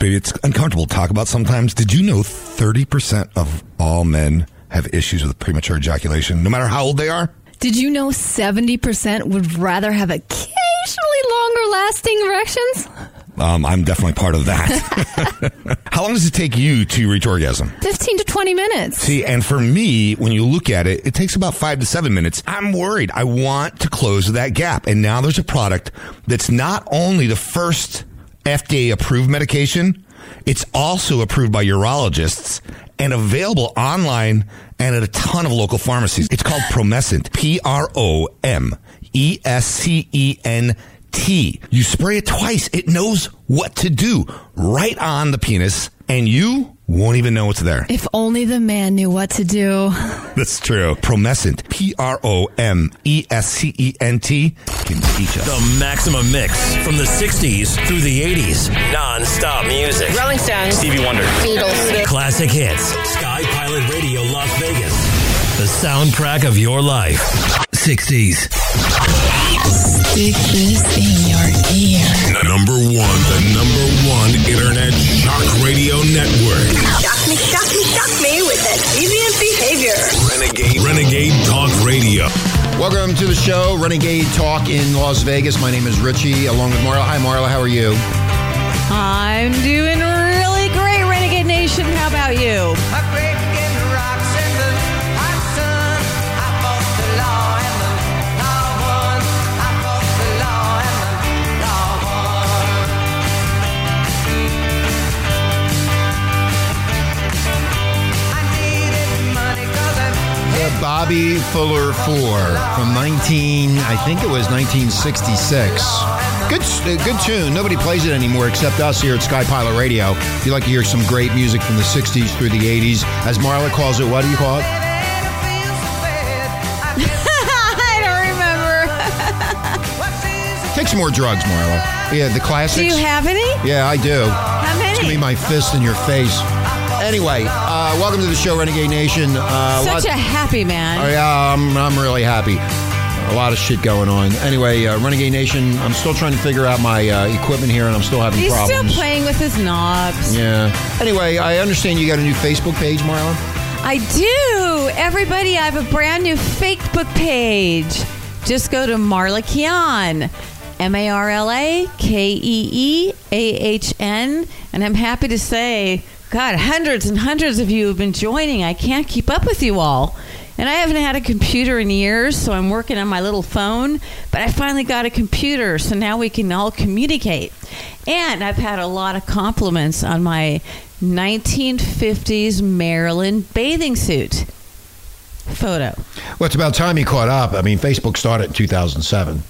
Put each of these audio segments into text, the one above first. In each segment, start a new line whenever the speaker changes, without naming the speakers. maybe it's uncomfortable to talk about sometimes. Did you know 30% of all men have issues with premature ejaculation, no matter how old they are?
Did you know 70% would rather have occasionally longer lasting erections?
Um, I'm definitely part of that. how long does it take you to reach orgasm?
15 to 20 minutes.
See, and for me, when you look at it, it takes about five to seven minutes. I'm worried. I want to close that gap. And now there's a product that's not only the first FDA approved medication, it's also approved by urologists and available online and at a ton of local pharmacies. It's called Promescent. P R O M E S C E N T. You spray it twice, it knows what to do right on the penis, and you won't even know it's there.
If only the man knew what to do.
That's true. Promescent, P R O M E S C E N T, can teach us.
The maximum mix from the 60s through the 80s. Non stop music.
Rolling Stones.
Stevie Wonder.
Beatles.
Classic hits. Sky Pilot Radio Las Vegas. The soundtrack of your life. 60s.
Stick this in your ear.
Number one, the number one internet shock radio network.
Shock me, shock me, shock me with that deviant behavior.
Renegade, Renegade Talk Radio.
Welcome to the show, Renegade Talk in Las Vegas. My name is Richie, along with Marla. Hi, Marla. How are you?
I'm doing really great, Renegade Nation. How about you?
The Bobby Fuller Four from 19, I think it was 1966. Good, uh, good tune. Nobody plays it anymore except us here at Sky Pilot Radio. If you like to hear some great music from the 60s through the 80s, as Marla calls it, what do you call it?
I don't remember.
Take some more drugs, Marla. Yeah, the classics.
Do you have any?
yeah, I do.
How
It's gonna
many?
be my fist in your face. Anyway, uh, welcome to the show, Renegade Nation. Uh,
Such a happy man.
Oh, yeah, I'm, I'm really happy. A lot of shit going on. Anyway, uh, Renegade Nation, I'm still trying to figure out my uh, equipment here, and I'm still having
He's still
problems.
playing with his knobs.
yeah. Anyway, I understand you got a new Facebook page, Marlon.
I do. Everybody, I have a brand new Facebook page. Just go to Marla Keon, M A R L A K E E A H N. And I'm happy to say, God, hundreds and hundreds of you have been joining. I can't keep up with you all. And I haven't had a computer in years, so I'm working on my little phone. But I finally got a computer, so now we can all communicate. And I've had a lot of compliments on my 1950s Maryland bathing suit photo.
Well, it's about time you caught up. I mean, Facebook started in 2007.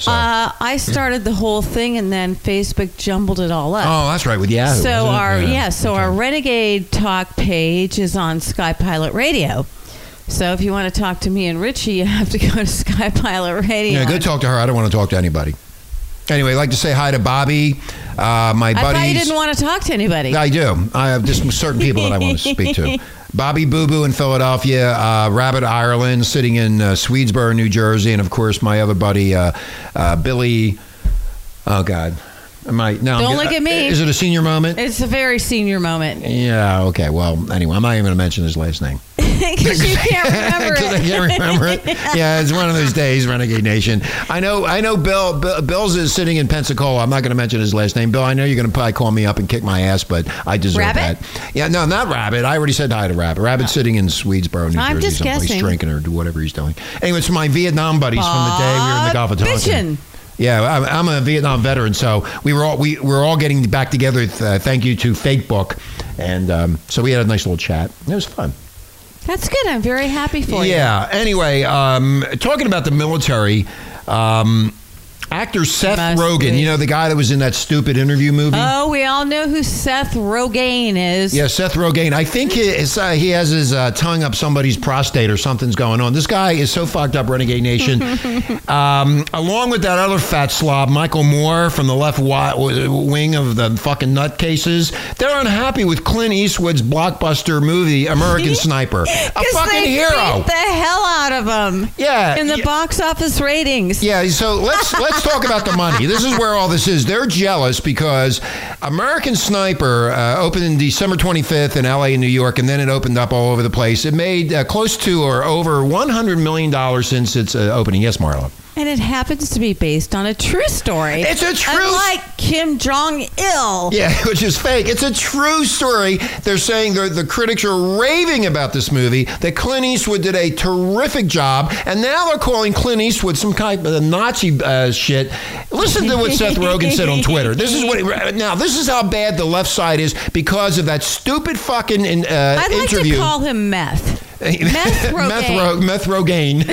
So.
Uh, I started the whole thing, and then Facebook jumbled it all up.
oh, that's right, with Yahoo.
so
wasn't it?
our yeah, so our renegade talk page is on sky pilot radio so if you want to talk to me and richie you have to go to sky pilot radio
Yeah, go talk to her. I don't want to talk to anybody. Anyway, I'd like to say hi to Bobby, uh, my
i
buddies.
thought you didn't want to talk to anybody
I do. I have just certain people that I want to speak to. Bobby Boo Boo in Philadelphia, uh, Rabbit Ireland, sitting in uh, Swedesboro, New Jersey, and of course my other buddy uh, uh, Billy. Oh God, am I? No, I'm
Don't
get- uh,
look at me.
Is it a senior moment?
it's a very senior moment
Yeah. Okay. Well, anyway, I'm not even going to mention his last name.
because you can't remember
'Cause I
it.
can't remember it. yeah, it's one of those days, Renegade Nation. I know, I know. Bill, Bill Bill's is sitting in Pensacola. I'm not going to mention his last name. Bill, I know you're going to probably call me up and kick my ass, but I deserve
Rabbit? Oh.
that. Yeah, no, not Rabbit. I already said hi to Rabbit. Rabbit's sitting in Swedesboro, New
I'm
Jersey,
just
someplace
guessing.
drinking or do whatever he's doing. Anyway, it's my Vietnam buddies from the day we were in the Gulf of
Bitchin'.
Tonkin. Yeah, I'm- I'm a Vietnam veteran, so we were all we we're all getting back together. Uh, thank you to Facebook, and um, so we had a nice little chat. It was fun.
that's good i'm very happy for you
Yeah. Anyway, um, talking about the military, um, actor Seth
Must
Rogen,
be.
you know, the guy that was in that stupid interview movie?
oh we all know who seth rogaine is
yeah, Seth Rogen. I think he, his, uh, he has his uh, tongue up somebody's prostate or something's going on. This guy is so fucked up, Renegade Nation. um, along with that other fat slob, Michael Moore from the left wi- w- wing of the fucking nutcases, they're unhappy with Clint Eastwood's blockbuster movie, American Sniper. A
'Cause
fucking
they
hero.
beat the hell out of him
Yeah,
in the
yeah.
box office ratings
Yeah, so let's let's let's talk about the money. This is where all this is. They're jealous because American Sniper uh, opened in December 25th in LA and New York, and then it opened up all over the place. It made uh, close to or over $100 million since its uh, opening. Yes, Marla.
And it happens to be based on a true story.
It's a true-
Unlike Kim Jong Il.
Yeah, which is fake. It's a true story. They're saying the, the critics are raving about this movie, that Clint Eastwood did a terrific job, and now they're calling Clint Eastwood some kind of Nazi uh, shit. Listen to what Seth Rogen said on Twitter. This is what he, now. This is how bad the left side is because of that stupid fucking in, uh,
I'd like
interview.
to call him meth. Meth Rogaine.
meth, ro- meth Rogaine.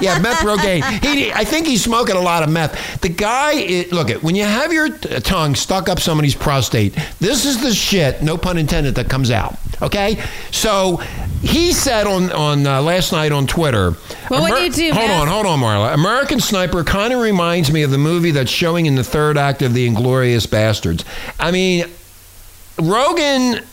yeah, meth Rogaine. He, I think he's smoking a lot of meth. The guy, i look at when you have your t- uh, tongue stuck up somebody's prostate. This is the shit, no pun intended, that comes out. Okay, so he said on on uh, last night on Twitter.
Well, what do you do,
Hold
Matt?
on, hold on, Marla. American Sniper kind of reminds me of the movie that's showing in the third act of The Inglorious Bastards. I mean, Rogan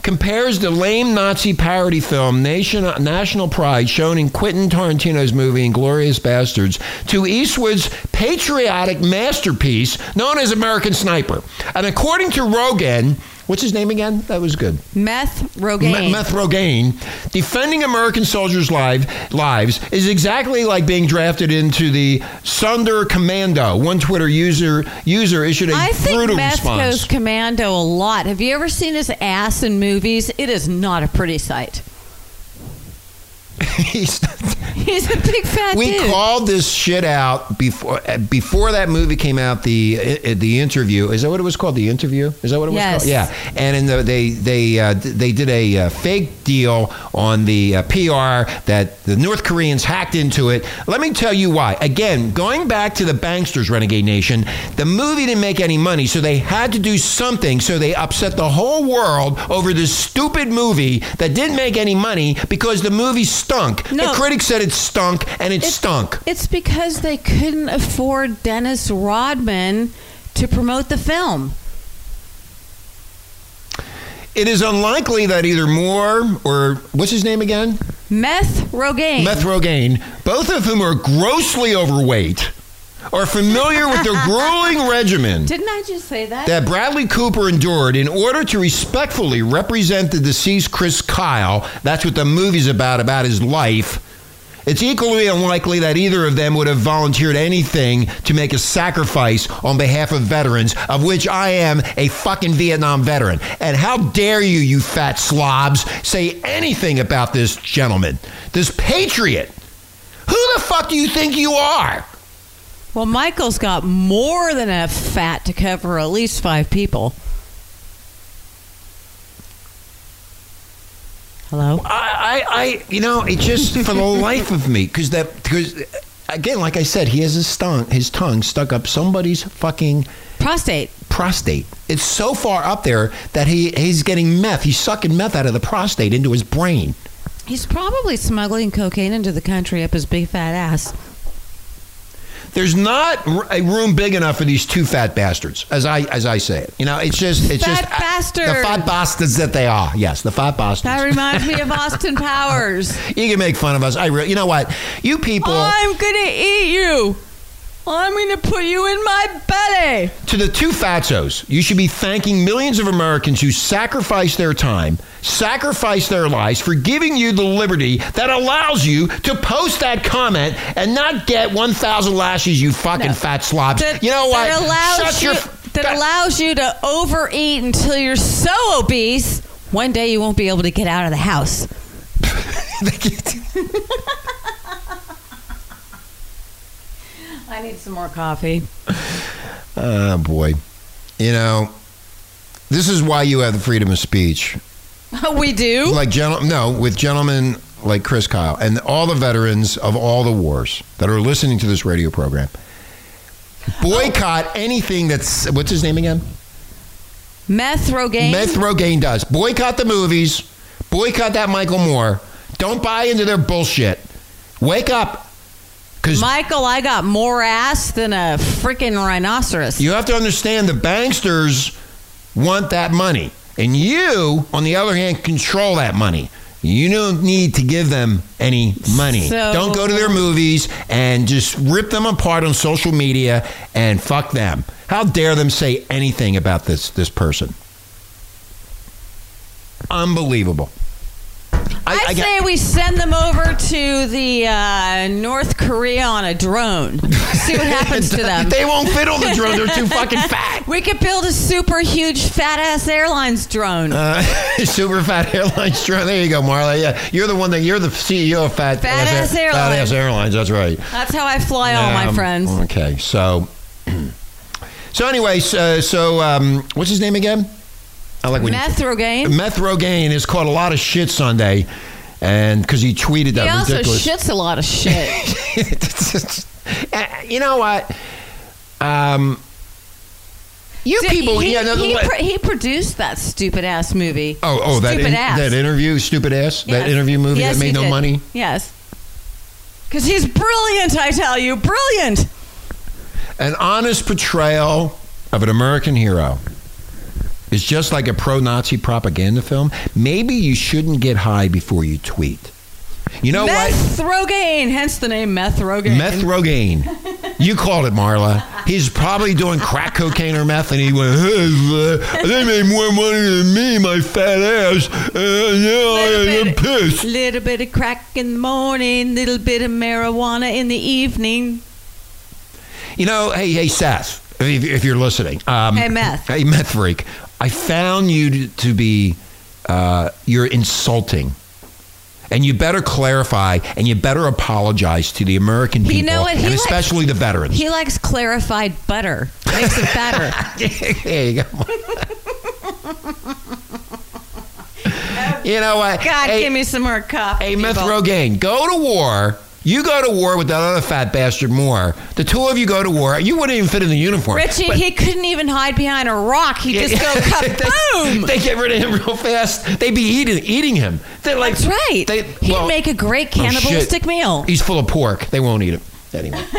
compares the lame Nazi parody film Nation, National Pride, shown in Quentin Tarantino's movie Inglorious Bastards, to Eastwood's patriotic masterpiece known as American Sniper. And according to Rogan, what's his name again? That was good.
Meth Rogaine.
Me- Meth Rogaine, defending American soldiers' live, lives is exactly like being drafted into the Sunder Commando. One Twitter user user issued a
I think
brutal
meth
response.
goes commando a lot. Have you ever seen his ass in movies? It is not a pretty sight.
He's-
He's a big fat
we
dude.
called this shit out before uh, before that movie came out. The uh, the interview is that what it was called? The interview is that what it
Yes.
was called? Yeah. And in the, they they uh, d- they did a uh, fake deal on the uh, PR that the North Koreans hacked into it. Let me tell you why. Again, going back to the banksters, Renegade Nation, the movie didn't make any money, so they had to do something. So they upset the whole world over this stupid movie that didn't make any money because the movie stunk.
No.
The critics said it stunk, and it
It's-
stunk.
It's because they couldn't afford Dennis Rodman to promote the film.
It is unlikely that either Moore or what's his name again,
Meth Rogaine.
Meth Rogaine, both of whom are grossly overweight, are familiar with their grueling regimen.
Didn't I just say that?
that Bradley Cooper endured in order to respectfully represent the deceased Chris Kyle. That's what the movie's about, about his life. It's equally unlikely that either of them would have volunteered anything to make a sacrifice on behalf of veterans, of which I am a fucking Vietnam veteran. And how dare you, you fat slobs, say anything about this gentleman, this patriot? Who the fuck do you think you are?
well, Michael's got more than enough fat to cover at least five people. Hello?
I, I, I you know, it just for the life of me, because that, because again, like I said, he has his tongue, his tongue stuck up somebody's fucking
Prostate.
prostate. It's so far up there that he he's getting meth. He's sucking meth out of the prostate into his brain.
He's probably smuggling cocaine into the country up his big fat ass.
There's not r- a room big enough for these two fat bastards, as I as I say it. You know, it's just it's
Fat
just uh,
bastard.
the fat bastards that they are. Yes, the fat bastards.
That reminds me of Austin Powers.
you can make fun of us. I re- you know what? You people.
I'm gonna eat you. I'm gonna put you in my belly.
To the two fatzos, you should be thanking millions of Americans who sacrificed their time, sacrificed their lives for giving you the liberty that allows you to post that comment and not get 1,000 lashes, you fucking
No.
fat slobs.
That-
you know what?
That allows
Shut
you,
your f-
that allows you to overeat until you're so obese. One day you won't be able to get out of the house. I need some more coffee.
Oh, boy. You know, this is why you have the freedom of speech.
we do.
Like, gentle, no, with gentlemen like Chris Kyle and all the veterans of all the wars that are listening to this radio program. Boycott anything that's what's his name again?
Meth Rogaine.
Meth Rogaine does. Boycott the movies. Boycott that Michael Moore. Don't buy into their bullshit. Wake up. Because
Michael, I got more ass than a freaking rhinoceros.
you have to understand the banksters want that money. And you, on the other hand, control that money. You don't need to give them any money.
So-
don't go to their movies and just rip them apart on social media and fuck them. How dare them say anything about this this person? Unbelievable.
I,
I
say
get-
we send them over to the uh, North Korea on a drone. See what happens to them.
they won't fit on the drone. They're too fucking fat.
We could build a super huge fat ass airlines drone.
Uh, super fat airlines drone. There you go, Marla. Yeah, you're the one that you're the CEO of Fat
Fat Ass
Air-
Airlines.
Fat Ass Airlines. That's right.
That's how I fly all my
Um,
friends.
Okay, so so anyway, so, so um, what's his name again? I like when you-
Meth Rogaine.
Meth Rogaine has caught a lot of shit Sunday, and because he tweeted
He
that
also
ridiculous.
shits a lot of shit.
Uh, you know what? Um, you
Did-
people,
he,
yeah, no,
he,
let-
pro- he produced that stupid ass movie.
oh, oh, that
stupid
in-
ass.
that interview, stupid ass, that
Yes.
interview movie
Yes,
that
he
made no
did.
money.
Yes. Because he's brilliant, I tell you. Brilliant.
An honest portrayal of an American hero is just like a pro Nazi propaganda film. Maybe you shouldn't get high before you tweet. You know what?
Meth Rogaine, hence the name Meth Rogaine.
Meth Rogaine. You called it, Marla. He's probably doing crack cocaine or meth, and he went, "Hey, uh, they made more money than me, my fat ass. Uh, Oh, yeah, I'm
Little bit,
pissed.
little bit of crack in the morning, little bit of marijuana in the evening.
You know, hey, hey, Seth, if, if you're listening, um,
Hey, meth.
hey, meth freak, I found you to, to be, uh, you're insulting, and you better clarify, and you better apologize to the American people,
You know what? He
and
like-
especially the veterans.
He likes clarified butter. Makes it better.
there you go. you know what?
God,
Hey,
give me some more coffee.
Hey, Meth
people.
Rogaine, go to war. You go to war with that other fat bastard Moore. The two of you go to war. You wouldn't even fit in the uniform.
Richie,
But-
he couldn't even hide behind a rock. He'd just go
they,
kaboom.
they get rid of him real fast. They be eating eating him. They're like
That's right.
They,
He'd
well,
make a great
oh, shit.
cannibalistic meal.
He's full of pork. They won't eat him anyway. you,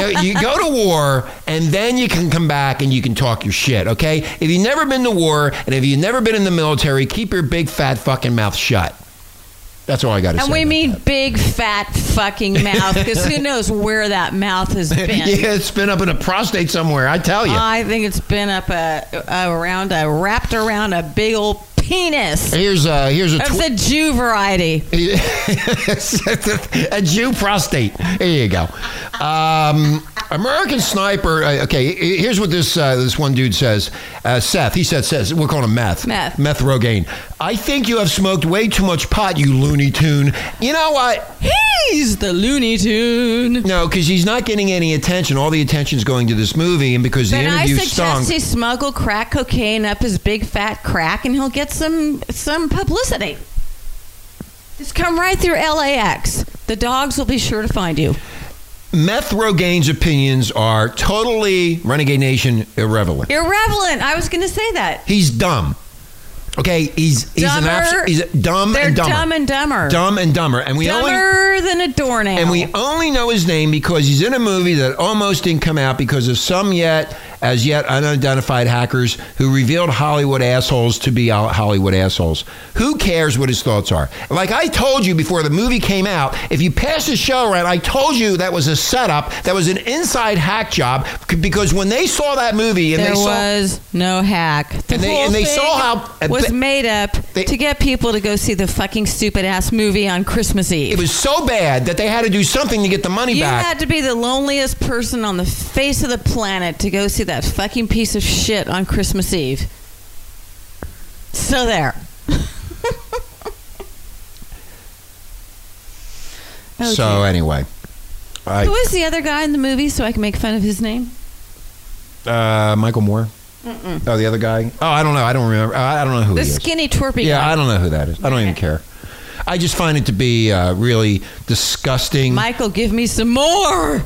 know, you go to war and then you can come back and you can talk your shit. Okay. If you've never been to war and if you've never been in the military, keep your big fat fucking mouth shut. That's all I got to say.
And we
about
mean
that.
big fat fucking mouth because who knows where that mouth has been.
Yeah, it's been up in a prostate somewhere. I tell you.
I think it's been up a, around a wrapped around a big old penis
here's uh here's a
of
tw-
the Jew variety.
a Jew prostate. There you go. Um, American sniper. uh, Okay, he- here's what this uh, this one dude says. Uh, Seth. He said says we're calling him meth.
Meth.
Meth Rogaine. I think you have smoked way too much pot, you Looney Tune. You know what?
He's the Looney Tune.
No, because he's not getting any attention. All the attention's going to this movie, and because the
Then I
interview
suggest
stunk.
he smuggle crack cocaine up his big fat crack, and he'll get some some publicity. Just come right through LAX. The dogs will be sure to find you.
Meth Rogaine's opinions are totally renegade nation irrelevant.
Irrelevant. I was going to say that.
He's dumb. Okay, he's he's an
Dumber.
abs- he's dumb
They're
and dumber.
dumb and dumber.
dumb and dumber, and we only
Dumber than a doornail.
and we only know his name because he's in a movie that almost didn't come out because of some yet as yet unidentified hackers who revealed Hollywood assholes to be ho- Hollywood assholes. Who cares what his thoughts are? Like I told you before the movie came out, if you pass the show around, I told you that was a setup, that was an inside hack job c- because when they saw that movie and
there
they saw
was no hack. The
And they-
whole
and they
thing
saw how-
was made up
They-
to get people to go see the fucking stupid ass movie on Christmas
it
Eve.
was so bad that they had to do something to get the money
You
back.
had to be the loneliest person on the face of the planet to go see that fucking piece of shit on Christmas Eve. So there. Okay.
So anyway, I,
Oh, Who was the other guy in the movie so I can make fun of his name?
Uh, Michael Moore. Oh, the other guy. Oh, I don't know. I don't remember. I I don't know who
The
he is.
skinny twerpy
yeah,
guy.
I don't know who that is. I don't even care. I just find it to be uh, really disgusting.
Michael, give me some more.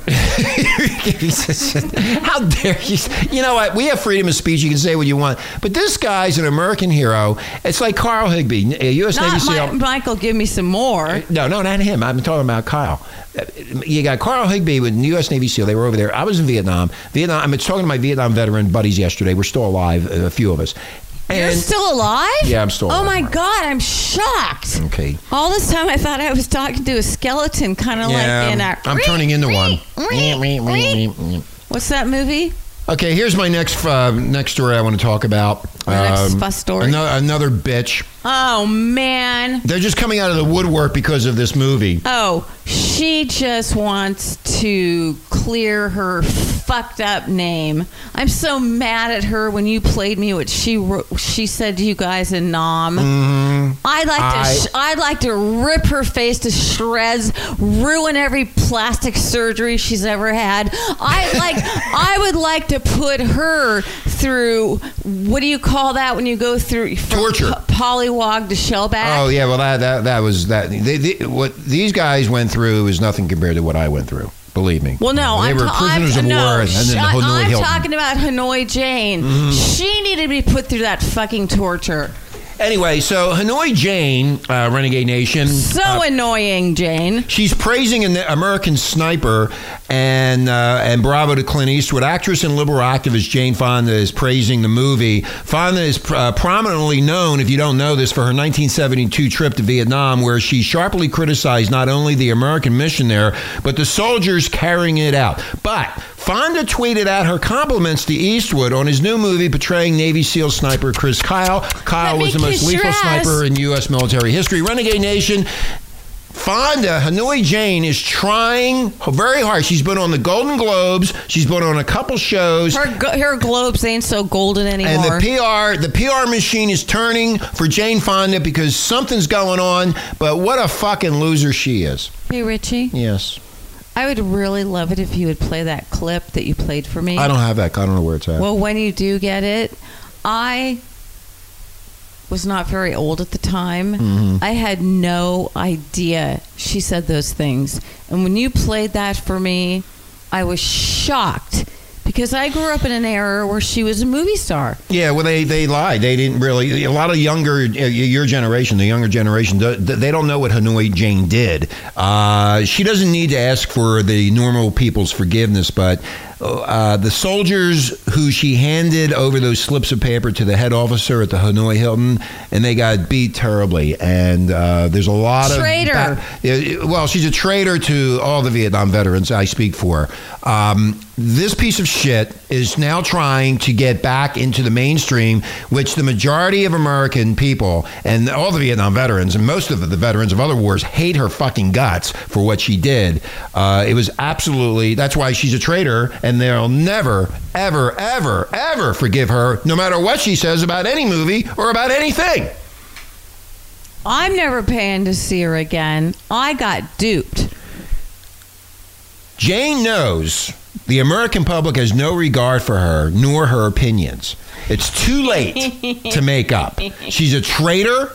How dare you? You know what? We have freedom of speech. You can say what you want. But this guy's an American hero. It's like Carl Higby, a U.S. Navy
Not
SEAL.
Mi- Michael, give me some more.
No, no, not him. I'm talking about Kyle. Uh, You got Carl Higby with the U.S. Navy SEAL. They were over there. I was in Vietnam. Vietnam. I'm talking to my Vietnam veteran buddies yesterday. We're still alive, uh, a few of us.
You're
And-
still alive?
Yeah, I'm still
Oh my
alive.
god, I'm shocked.
Okay.
All this time I thought I was talking to a skeleton, kind of like in a.
I'm turning into one.
What's that movie?
Okay, here's my next uh, next story I want to talk about.
My next fuss story.
Another, another bitch.
Oh man.
They're just coming out of the woodwork because of this movie.
Oh, she just wants to clear her fucked up name. I'm so mad at her when you played me what she wrote, she said to you guys in Nom. I'd like
Mm-hmm. I-
to sh- I'd like to rip her face to shreds, ruin every plastic surgery she's ever had. I like I would like to put her through what do you call that when you go through from
Torture.
po- polywog to shellback?
Oh yeah, well that that, that was that. They, they, what these guys went through is nothing compared to what I went through. Believe me.
Well, no,
they
I'm,
were
ta-
prisoners
I'm,
of
no,
war, and then
sh-
the
I-
Hanoi
I'm
Hilton. Mm-hmm.
talking about Hanoi Jane. She needed to be put through that fucking torture.
Anyway, so Hanoi Jane, uh, Renegade Nation. uh,
So annoying, Jane.
She's praising an American sniper and uh, and bravo to Clint Eastwood. Actress and liberal activist Jane Fonda is praising the movie. Fonda is uh, prominently known, if you don't know this, for her 1972 trip to Vietnam, where she sharply criticized not only the American mission there, but the soldiers carrying it out. But Fonda tweeted out her compliments to Eastwood on his new movie portraying Navy SEAL sniper Chris Kyle. Kyle
Let me
was the most
kiss your
lethal
ass.
sniper in U.S. military history. Renegade Nation. Fonda Hanoi Jane is trying very hard. She's been on the Golden Globes. She's been on a couple shows.
Her go- her globes ain't so golden
and
anymore.
the PR, the PR machine is turning for Jane Fonda because something's going on. But what a fucking loser she is.
hey Richie,
Yes,
I would really love it if you would play that clip that you played for me.
I don't have that. I don't know where it's at.
Well, when you do get it, I was not very old at the time.
Mm-hmm.
I had no idea she said those things. And when you played that for me, I was shocked because I grew up in an era where she was a movie star.
yeah, well they they lied. They didn't really. A lot of younger uh, your generation, the younger generation, th- th- they don't know what Hanoi Jane did. Uh, she doesn't need to ask for the normal people's forgiveness, but uh, the soldiers who she handed over those slips of paper to the head officer at the Hanoi Hilton, and they got beat terribly. And uh, there's a lot
Traitor.
of yeah, well, she's a traitor to all the Vietnam veterans I speak for. Um, this piece of shit is now trying to get back into the mainstream, which the majority of American people and all the Vietnam veterans and most of the veterans of other wars hate her fucking guts for what she did. Uh, it was absolutely that's why she's a traitor, and they'll never, ever, ever, ever forgive her, no matter what she says about any movie or about anything.
I'm never paying to see her again. I got duped.
Jane knows the American public has no regard for her nor her opinions. It's too late to make up. She's a traitor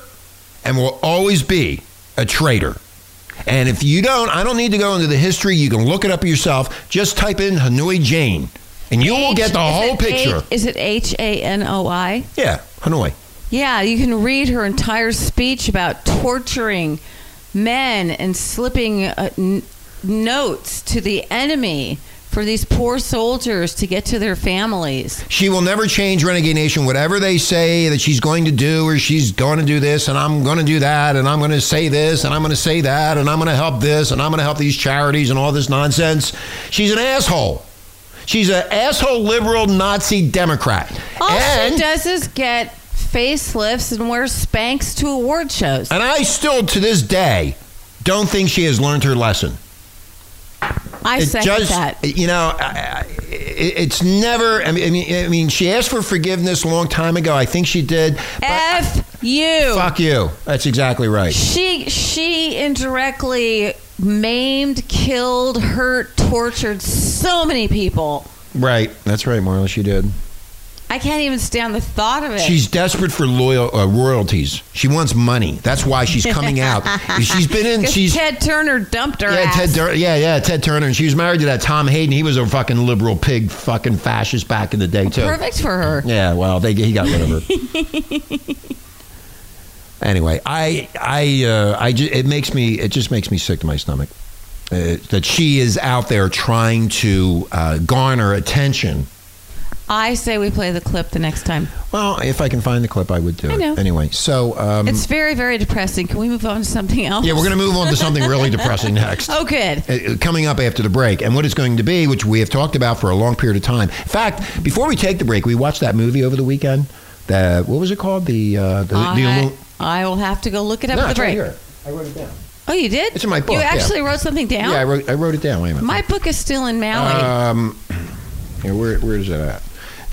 and will always be a traitor. And if you don't, I don't need to go into the history. You can look it up yourself. Just type in Hanoi Jane and you will get the
Is it
whole
H-
picture.
is it H A N O I?
yeah, Hanoi.
Yeah, you can read her entire speech about torturing men and slipping uh, n- notes to the enemy for these poor soldiers to get to their families.
She will never change Renegade Nation. Whatever they say that she's going to do, or she's going to do this, and I'm going to do that, and I'm going to say this, and I'm going to say that, and I'm going to help this, and I'm going to help these charities, and all this nonsense. She's an asshole. She's an asshole liberal Nazi Democrat.
All
and,
Oh, she does is get facelifts and wear Spanx to award shows.
and I still, to this day, don't think she has learned her lesson.
I
It
second
just-
that.
You know, I, I, it- it's never. I mean, I mean, I mean, she asked for forgiveness a long time ago. I think she did. but I-
F you.
Fuck you. That's exactly right.
She she indirectly maimed, killed, hurt, tortured so many people.
Right. That's right, Marla. She did.
I can't even stand the thought of it.
She's desperate for loyal uh, royalties. She wants money. That's why she's coming out. she's been in.
'Cause
She's
Ted Turner dumped her
yeah,
ass.
Ted. Dur- yeah, yeah, Ted Turner, and she was married to that Tom Hayden. He was a fucking liberal pig, fucking fascist back in the day too.
Perfect for her.
Yeah. Well, they he got rid of her. anyway, I I uh, I ju- it makes me it just makes me sick to my stomach. Uh, that she is out there trying to uh, garner attention
I say we play the clip the next time.
Well, if I can find the clip, I would do
I
it.
know.
Anyway, so um,
It's very, very depressing. Can we move on to something else?
yeah, we're going to move on to something really depressing next.
Oh, good.
uh, coming up after the break and what it's going to be, which we have talked about for a long period of time. In fact, before we take the break, we watched that movie over the weekend. The what was it called? The uh, the, the
I,
Illu-
I will have to go look it up
no,
at the
it's right
break.
here. I wrote it down.
Oh, you did?
It's in my book,
You
yeah.
actually wrote something down?
Yeah, I wrote, I wrote it down. Wait a minute.
My book is still in Maui.
um, here, where where is it at?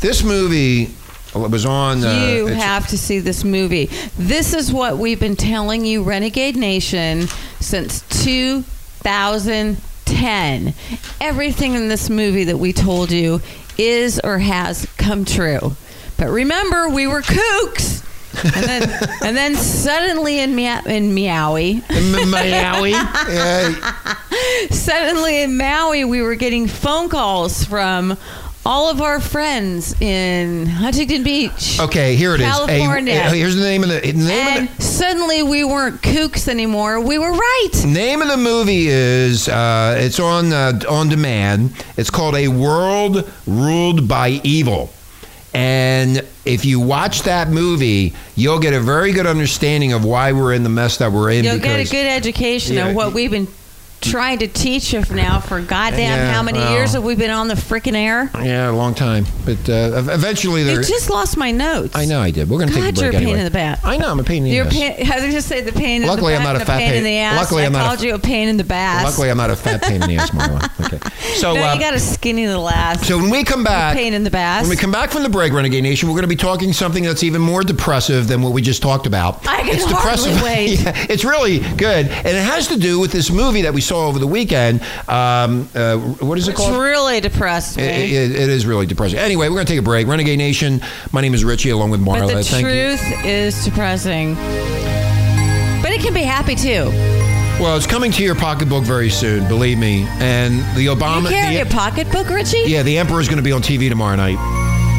This movie was on. Uh,
you
it's-
have to see this movie. This is what we've been telling you, Renegade Nation, since 2010. Everything in this movie that we told you is or has come true. But remember, we were kooks. and then, and then suddenly in, Mia- in Maui,
M- Maui. Yeah,
suddenly in Maui, we were getting phone calls from all of our friends in Huntington Beach.
Okay, here it is. A-
California.
a- here's the name of the name of the,
and suddenly we weren't kooks anymore. We were right.
Name of the movie is uh, it's on uh, on demand. It's called A World Ruled by Evil. And if you watch that movie, you'll get a very good understanding of why we're in the mess that we're in.
You'll get a
because-
good education
Yeah.
of what we've been trying to teach you for now for goddamn
Yeah,
how many
well.
years have we been on the freaking air?
yeah, a long time, but uh, ev- eventually
You
there.
just lost my notes.
I know I did. We're going to take a
God, you're
break
a pain
anyway.
in the butt.
I know I'm a pain in
You're
the
a
ass.
pain, I was going to say the pain in
Luckily,
the
I'm
back
not a
and the
fat
pain,
pain-
in the ass.
Luckily,
I
I'm not a-
called you a pain in the bass.
Luckily, I'm not a fat pain in the ass, Marla. Okay. So,
no,
uh,
you got a skinny little ass.
so when we come back,
pain in the bass.
When we come back from the break, Renegade Nation, we're going to be talking something that's even more depressive than what we just talked about.
I can hardly wait.
Yeah, it's really good, and it has to do with this movie that we saw over the weekend. Um, uh, what is it
It's
called?
really depressed me.
It- it- it is really depressing. Anyway, we're going to take a break. Renegade Nation, my name is Richie, along with
But
Marla.
the
Thank you.
truth is depressing. But it can be happy too.
Well, it's coming to your pocketbook very soon, believe me. And the
You
Obama,
carry
the-
a pocketbook, Richie?
yeah, the emperor is going to be on TV tomorrow night,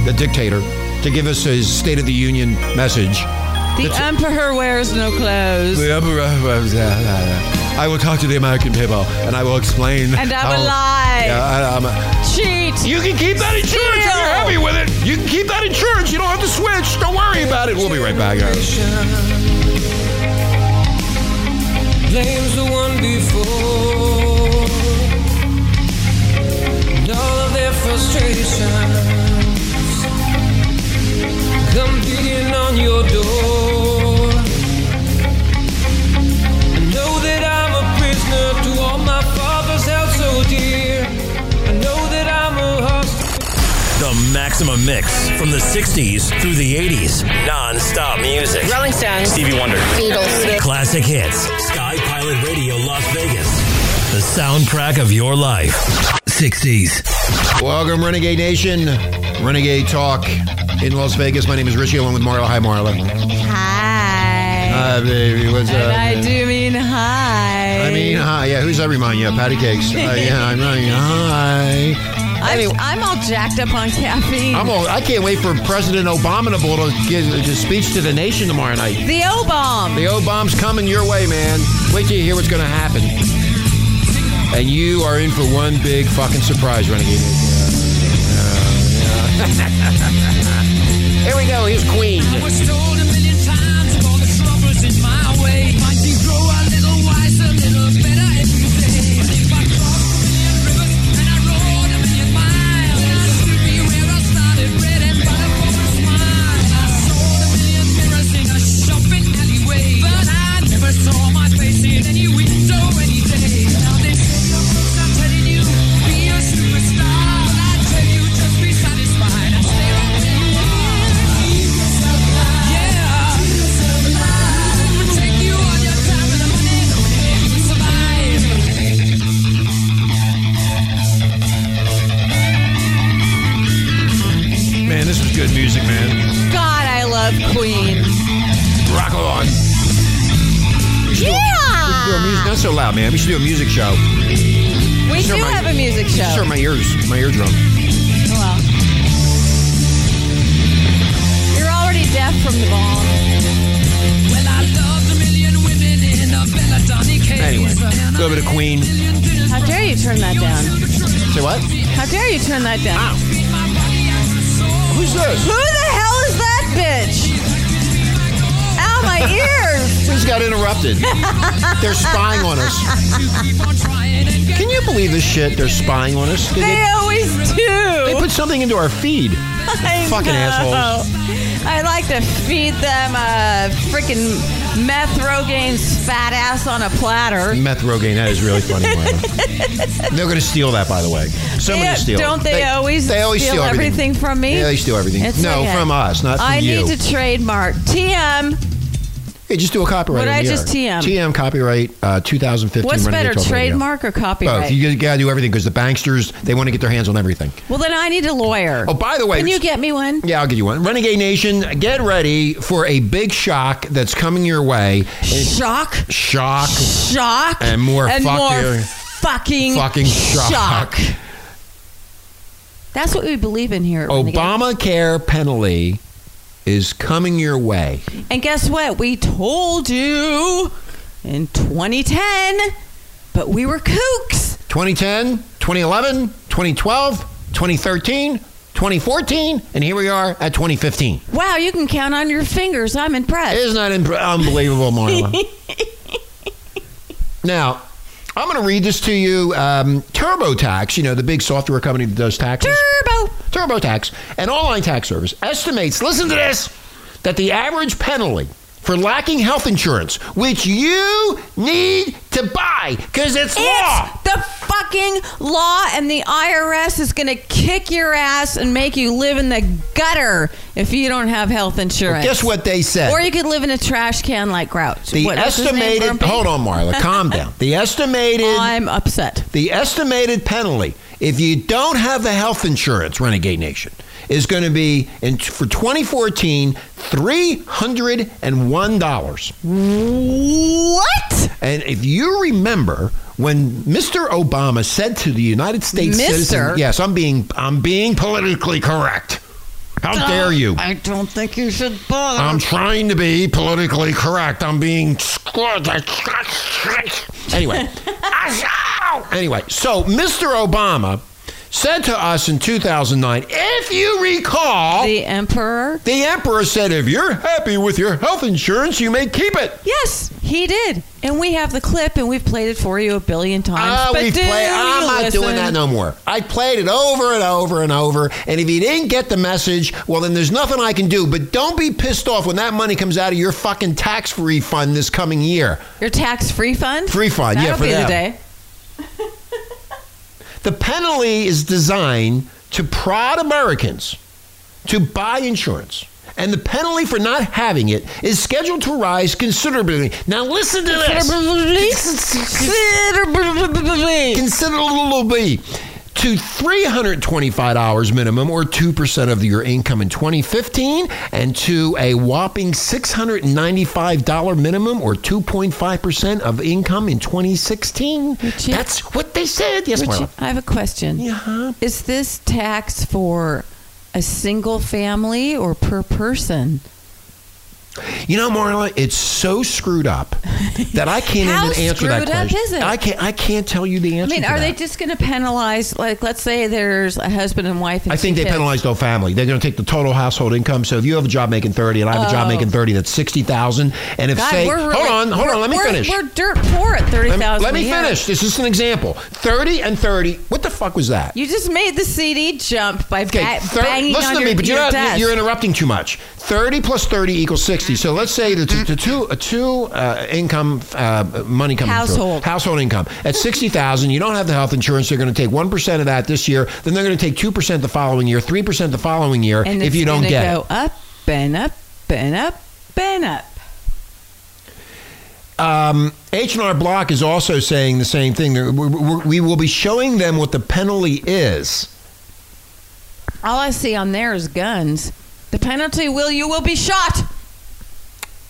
the dictator, to give us his State of the Union message.
The emperor wears no clothes.
The emperor was, uh, uh, I will talk to the American people and I will explain.
And I will
how-
lie.
Yeah, I- I'm a-
Cheat.
you can keep that insurance if you're
Steal.
happy with it. You can keep that insurance. You don't have to switch. Don't worry about it. We'll be right back. guys.
blames the one before. And all of their frustrations come beating on your door. I know that I'm a prisoner to all my father's held so dear. I know that I'm a hostage.
The maximum mix from the 60s through the 80s. Non stop music.
Rolling Stones.
Stevie Wonder.
Beatles.
Classic hits. Sky Pilot Radio Las Vegas. The soundtrack of your life. 60s.
Welcome, Renegade Nation. Renegade Talk in Las Vegas. My name is Richie, along with Marla. Hi, Marla.
Hi.
Hi, baby. What's
and
up?
I do mean hi.
I mean, hi. Yeah, who's that remind you? of? Patty Cakes. Uh, yeah, I'm running. Hi.
I'm, I'm all jacked up on caffeine.
I'm all, I can't wait for President Obama to give his speech to the nation tomorrow night.
the O bomb.
The O bomb's coming your way, man. Wait till you hear what's going to happen. And you are in for one big fucking surprise, Renegade. Here we go. Here's Queen.
was told a million times of all the troubles in my way. Might you grow a little wiser, a little better every day. But if I crossed a million rivers and I rode a million miles, then I should be where I started, red and butterfly smile. And I sold a million mirrors in a shopping alleyway, but I never saw my face in any window any day. Now they say your books are telling you be a superstar, but I tell you just be satisfied and stay right where you are. Yeah. Take you on your time and the money to survive.
Man, this is good music, man.
God, I love Queen.
Rock on. Do a music,
Yeah.
not so loud, man. We should do a music show.
We do
Sure, my-
have a music show.
Sure, my ears, my eardrum.
Well. You're already deaf from the bomb.
Well, I loved a million women in a Belladonna case.
Anyway, a
And
little bit of Queen.
How dare you turn that down?
Say what?
How dare you turn that down?
I beat my body and my soul.
Who's this?
Who the hell is that bitch? Ow, my ears!
Things got interrupted. They're spying on us. Can you believe this shit? They're spying on us. They,
They always
they
do.
put something into our feed.
I
fucking
know.
assholes.
I like to feed them a freaking meth Rogaine's fat ass on a platter.
Meth Rogaine, that is really funny. Lana. They're going to steal that, by the way. Somebody
They- uh,
steal. it.
don't they always steal everything from me?
Yeah, they steal everything.
It's
no,
okay.
from us, not from
I
you.
need to trademark TM.
Hey, just do a copyright.
What'd
of
I
the
just
year.
TM?
TM copyright uh, 2015.
What's
Renegade
better,
Talk Radio.
trademark or
Both.
copyright?
You gotta do everything because the banksters they want to get their hands on everything.
well, then I need a lawyer.
Oh, by the way,
can you get me one?
Yeah, I'll give you one. Renegade Nation, get ready for a big shock that's coming your way.
Shock,
Shock.
shock,
And more
and more
fucking-
fucking,
fucking shock.
That's what we believe in here. at Renegade.
Obamacare penalty is coming your way.
And guess what? We told you in 2010, but we were kooks.
2010, 2011, 2012, 2013, 2014, and here we are at 2015.
Wow, you can count on your fingers. I'm impressed.
Isn't that imp- unbelievable, Marla? now, I'm going to read this to you. Um, TurboTax, you know, the big software company that does taxes.
Turbo.
TurboTax, an online tax service, estimates, listen to this, that the average penalty for lacking health insurance, which you need to buy because it's, law.
It's the fucking law, and the IRS is going to kick your ass and make you live in the gutter if you don't have health insurance.
Guess what they said?
Or you could live in a trash can like Grouch.
the
What- what's his name,
estimated,
Grumpy?
hold on, Marla, calm down. The estimated,
I'm upset.
the estimated penalty, if you don't have the health insurance, Renegade Nation, is going to be, in, for 2014, $301.
What?
And if you remember when Mr. Obama said to the United States
Mister?
citizen, yes, I'm being I'm being politically correct. How dare you?
Uh, I don't think you should bother.
I'm trying to be politically correct. I'm being anyway. anyway, so Mr. Obama said to us in 2009, if you recall,
the emperor?
the emperor said, if you're happy with your health insurance, you may keep it.
Yes, he did. And we have the clip, and we've played it for you a billion times.
Ah,
but
we've
do
played.
you
I'm not doing
listen?
that no more. I played it over and over and over. And if you didn't get the message, well, then there's nothing I can do. But don't be pissed off when that money comes out of your fucking tax refund this coming year.
Your tax-free fund?
Free fund,
That'll
yeah, for
be
them.
the day.
The penalty is designed to prod Americans to buy insurance. And the penalty for not having it is scheduled to rise considerably. Now listen to this. Consider a little B to $325 minimum or 2% of your income in 2015 and to a whopping $695 minimum or 2.5% of income in 2016.
Richie?
That's what they said. Yes,
Richie,
Marla.
I have a question.
Yeah.
Is this tax for a single family or per person?
You know, Marla, it's so screwed up that I can't
How
even answer that
screwed up
question.
is it?
I can't I can't tell you the
I
answer.
mean,
to
are they
that.
just going to penalize? Like, let's say there's a husband and wife. And
I think they
two kids.
penalize the whole family. They're going to take the total household income. So if you have a job making thirty and I have a job making thirty, that's sixty thousand. And if
Oh. God,
say,
we're really-
hold on, hold
we're-
on, let me
we're-
finish.
We're dirt poor at thirty
let me,
thousand.
let me finish. This is an example. Thirty and thirty. What the fuck was that?
You just made the CD jump by ba-
thir-
banging
listen
on
to
your,
me, but you're,
your
not,
desk.
you're interrupting too much. Thirty plus thirty equals sixty. So let's say the, t- the two a two uh, income uh, money coming
Household.
through, household income at sixty thousand. You don't have the health insurance. They're going to take one percent of that this year. Then they're going to take two percent the following year, three percent the following year.
and
if
it's
you don't
gonna
get it.
go up and up and up and up.
Um, H&R Block is also saying the same thing. They're- we- we- We will be showing them what the penalty is.
All I see on there is guns. The penalty will you will be shot.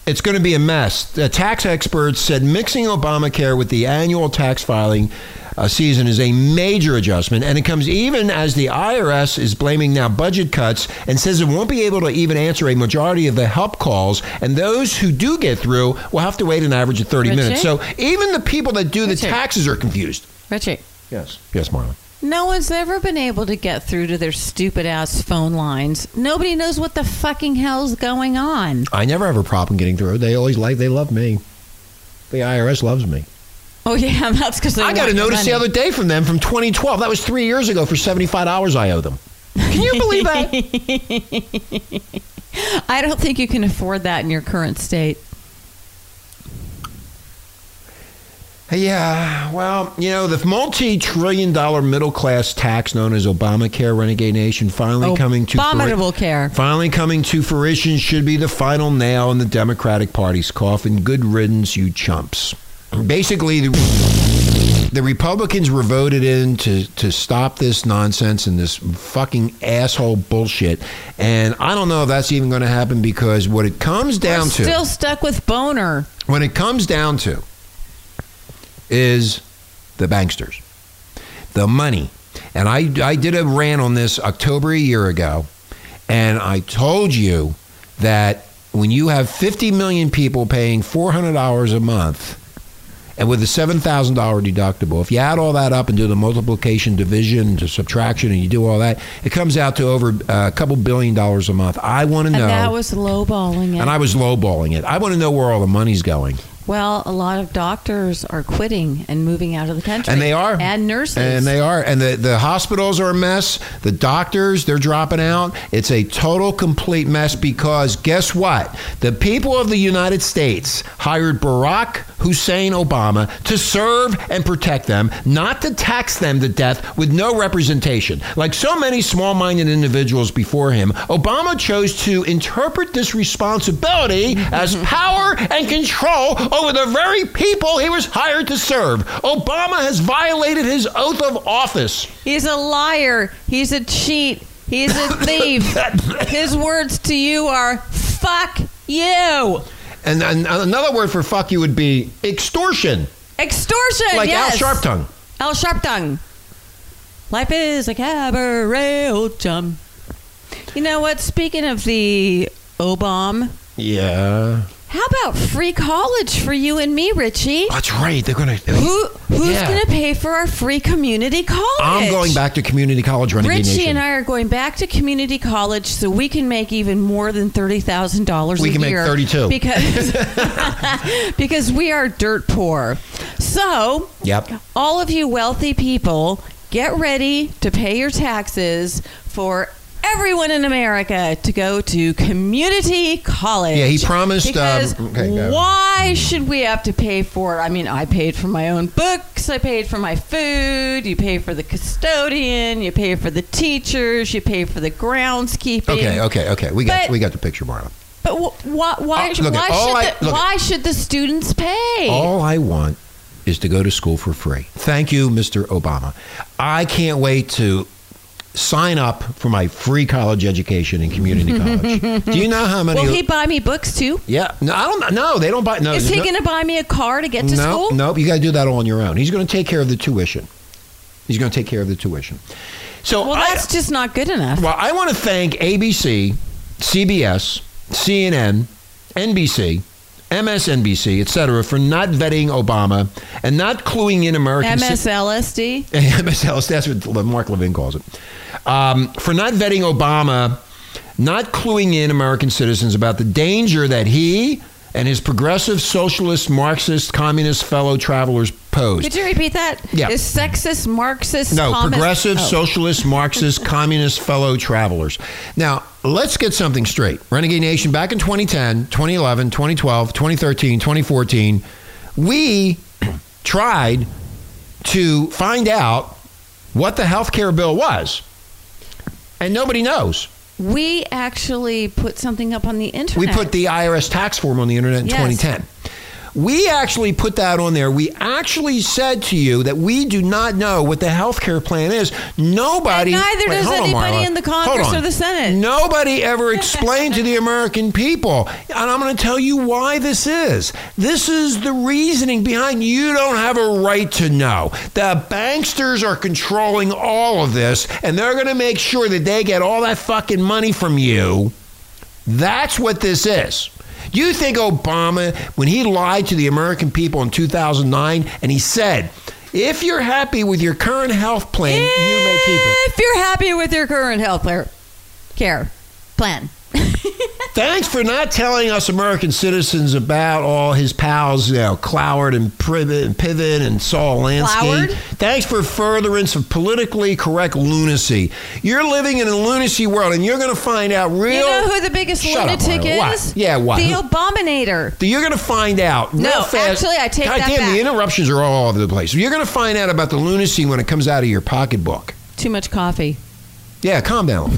It's going to be a mess. The tax experts said mixing Obamacare with the annual tax filing uh, season is a major adjustment, and it comes even as the IRS is blaming now budget cuts and says it won't be able to even answer a majority of the help calls, and those who do get through will have to wait an average of 30
Richie?
minutes. So even the people that do the
Richie?
taxes are confused.
Richie,
Yes. Yes, Marlon.
No one's ever been able to get through to their stupid ass phone lines. Nobody knows what the fucking hell's going on.
I never have a problem getting through. They always like they love me. The IRS loves me.
Oh yeah, that's because
I got a notice the other day from them from 2012. That was three years ago for $75 I owe them. Can you believe that?
I don't think you can afford that in your current state.
Yeah, well, you know, the multi trillion dollar middle class tax known as Obamacare Renegade Nation finally coming to
Oh, Abominable care.
Finally coming to fruition should be the final nail in the Democratic Party's coffin. Good riddance, you chumps. Basically, the, the Republicans were voted in to, to stop this nonsense and this fucking asshole bullshit. And I don't know if that's even going to happen because what it comes down to
Still stuck with boner.
when it comes down to is the banksters the money and i i did a rant on this october a year ago and i told you that when you have 50 million people paying $400 a month and with a $7,000 deductible, if you add all that up and do the multiplication, division, to subtraction, and you do all that, it comes out to over uh, a couple billion dollars a month. I want to
And
know,
that was lowballing it.
and I was lowballing it. I want to know where all the money's going.
well, a lot of doctors are quitting and moving out of the country.
And they are.
And nurses.
And they are. And the, the hospitals are a mess. The doctors, they're dropping out. It's a total, complete mess because guess what? The people of the United States hired Barack Hussein Obama to serve and protect them, not to tax them to death with no representation. Like so many small minded individuals before him, Obama chose to interpret this responsibility as
Mm-hmm.
power and control over the very people he was hired to serve. Obama has violated his oath of office.
He's a liar. He's a cheat. He's a thief. His words to you are fuck you.
And, and another word for fuck you would be extortion,
Extortion.
like
Uh, yes.
Al Sharptongue.
Al Sharptongue. Life is a cabaret, old chum. You know what? Speaking of the Obam,
Yeah.
how about free college for you and me, Richie?
That's right. They're going to.
Who who's
Yeah.
going to pay for our free community college?
I'm going back to community college renegade
Richie
nation.
and I are going back to community college so we can make even more than thirty thousand dollars.
We
a
can make
year
32.
because because we are dirt poor. So
Yep.
all of you wealthy people, get ready to pay your taxes for. Everyone in America to go to community college.
Yeah, he promised, um,
Because
okay, go.
why should we have to pay for it? I mean, I paid for my own books, I paid for my food, you pay for the custodian, you pay for the teachers, you pay for the groundskeeping.
okay, okay, okay. We got
But-
we got the picture, Marla.
But wh- why, why,
Uh, look,
why,
all
should
I-
the,
look-
why should the students pay?
All I want is to go to school for free. Thank you, Mr. Obama. I can't wait to sign up for my free college education in community college. Do you know how many?
Will he buy me books too?
yeah, no, I don't. No, they don't buy. No,
Is he
no,
going to buy me a car to get to
no,
school?
Nope, you got to do that all on your own. He's going to take care of the tuition. He's going to take care of the tuition. So
Well,
I-
that's just not good enough.
Well, I want to thank ABC, CBS, CNN, NBC, MSNBC, etc., for not vetting Obama and not cluing in American citizens.
MSLSD?
MSL, that's what Le- Mark Levin calls it. Um, for not vetting Obama, not cluing in American citizens about the danger that he and his progressive socialist, Marxist, communist fellow travelers pose.
Could you repeat that?
Yeah.
Is sexist, Marxist,
No,
communist-
progressive,
Oh.
socialist, Marxist, communist fellow travelers. Now, let's get something straight. Renegade Nation, back in 2010, 2011, 2012, 2013, 2014, we tried to find out what the health care bill was. And nobody knows.
We actually put something up on the internet.
We put the IRS tax form on the internet in
Yes.
2010. We actually put that on there. We actually said to you that we do not know what the health care plan is. Nobody.
And neither does
hold on,
anybody
Marla.
in the Congress
Hold on.
or the Senate.
Nobody ever explained to the American people. And I'm going to tell you why this is. This is the reasoning behind you don't have a right to know. The banksters are controlling all of this, and they're going to make sure that they get all that fucking money from you. That's what this is. You think Obama, when he lied to the American people in 2009 and he said, If you're happy with your current health plan, you may keep it.
If you're happy with your current health care, care plan.
Thanks for not telling us American citizens about all his pals, you know, Cloward and Privet and Pivot and Saul Lansky.
Cloward?
Thanks for furtherance of politically correct lunacy. You're living in a lunacy world, and you're going to find out real.
You know who the biggest
Shut up,
lunatic
Mario. What?
is?
Yeah, what?
The
Who-
Abominator.
that You're going to find out.
No,
real fast.
actually, I take
God
that
damn,
back.
the interruptions are all over the place. You're going to find out about the lunacy when it comes out of your pocketbook.
Too much coffee.
Yeah, calm down.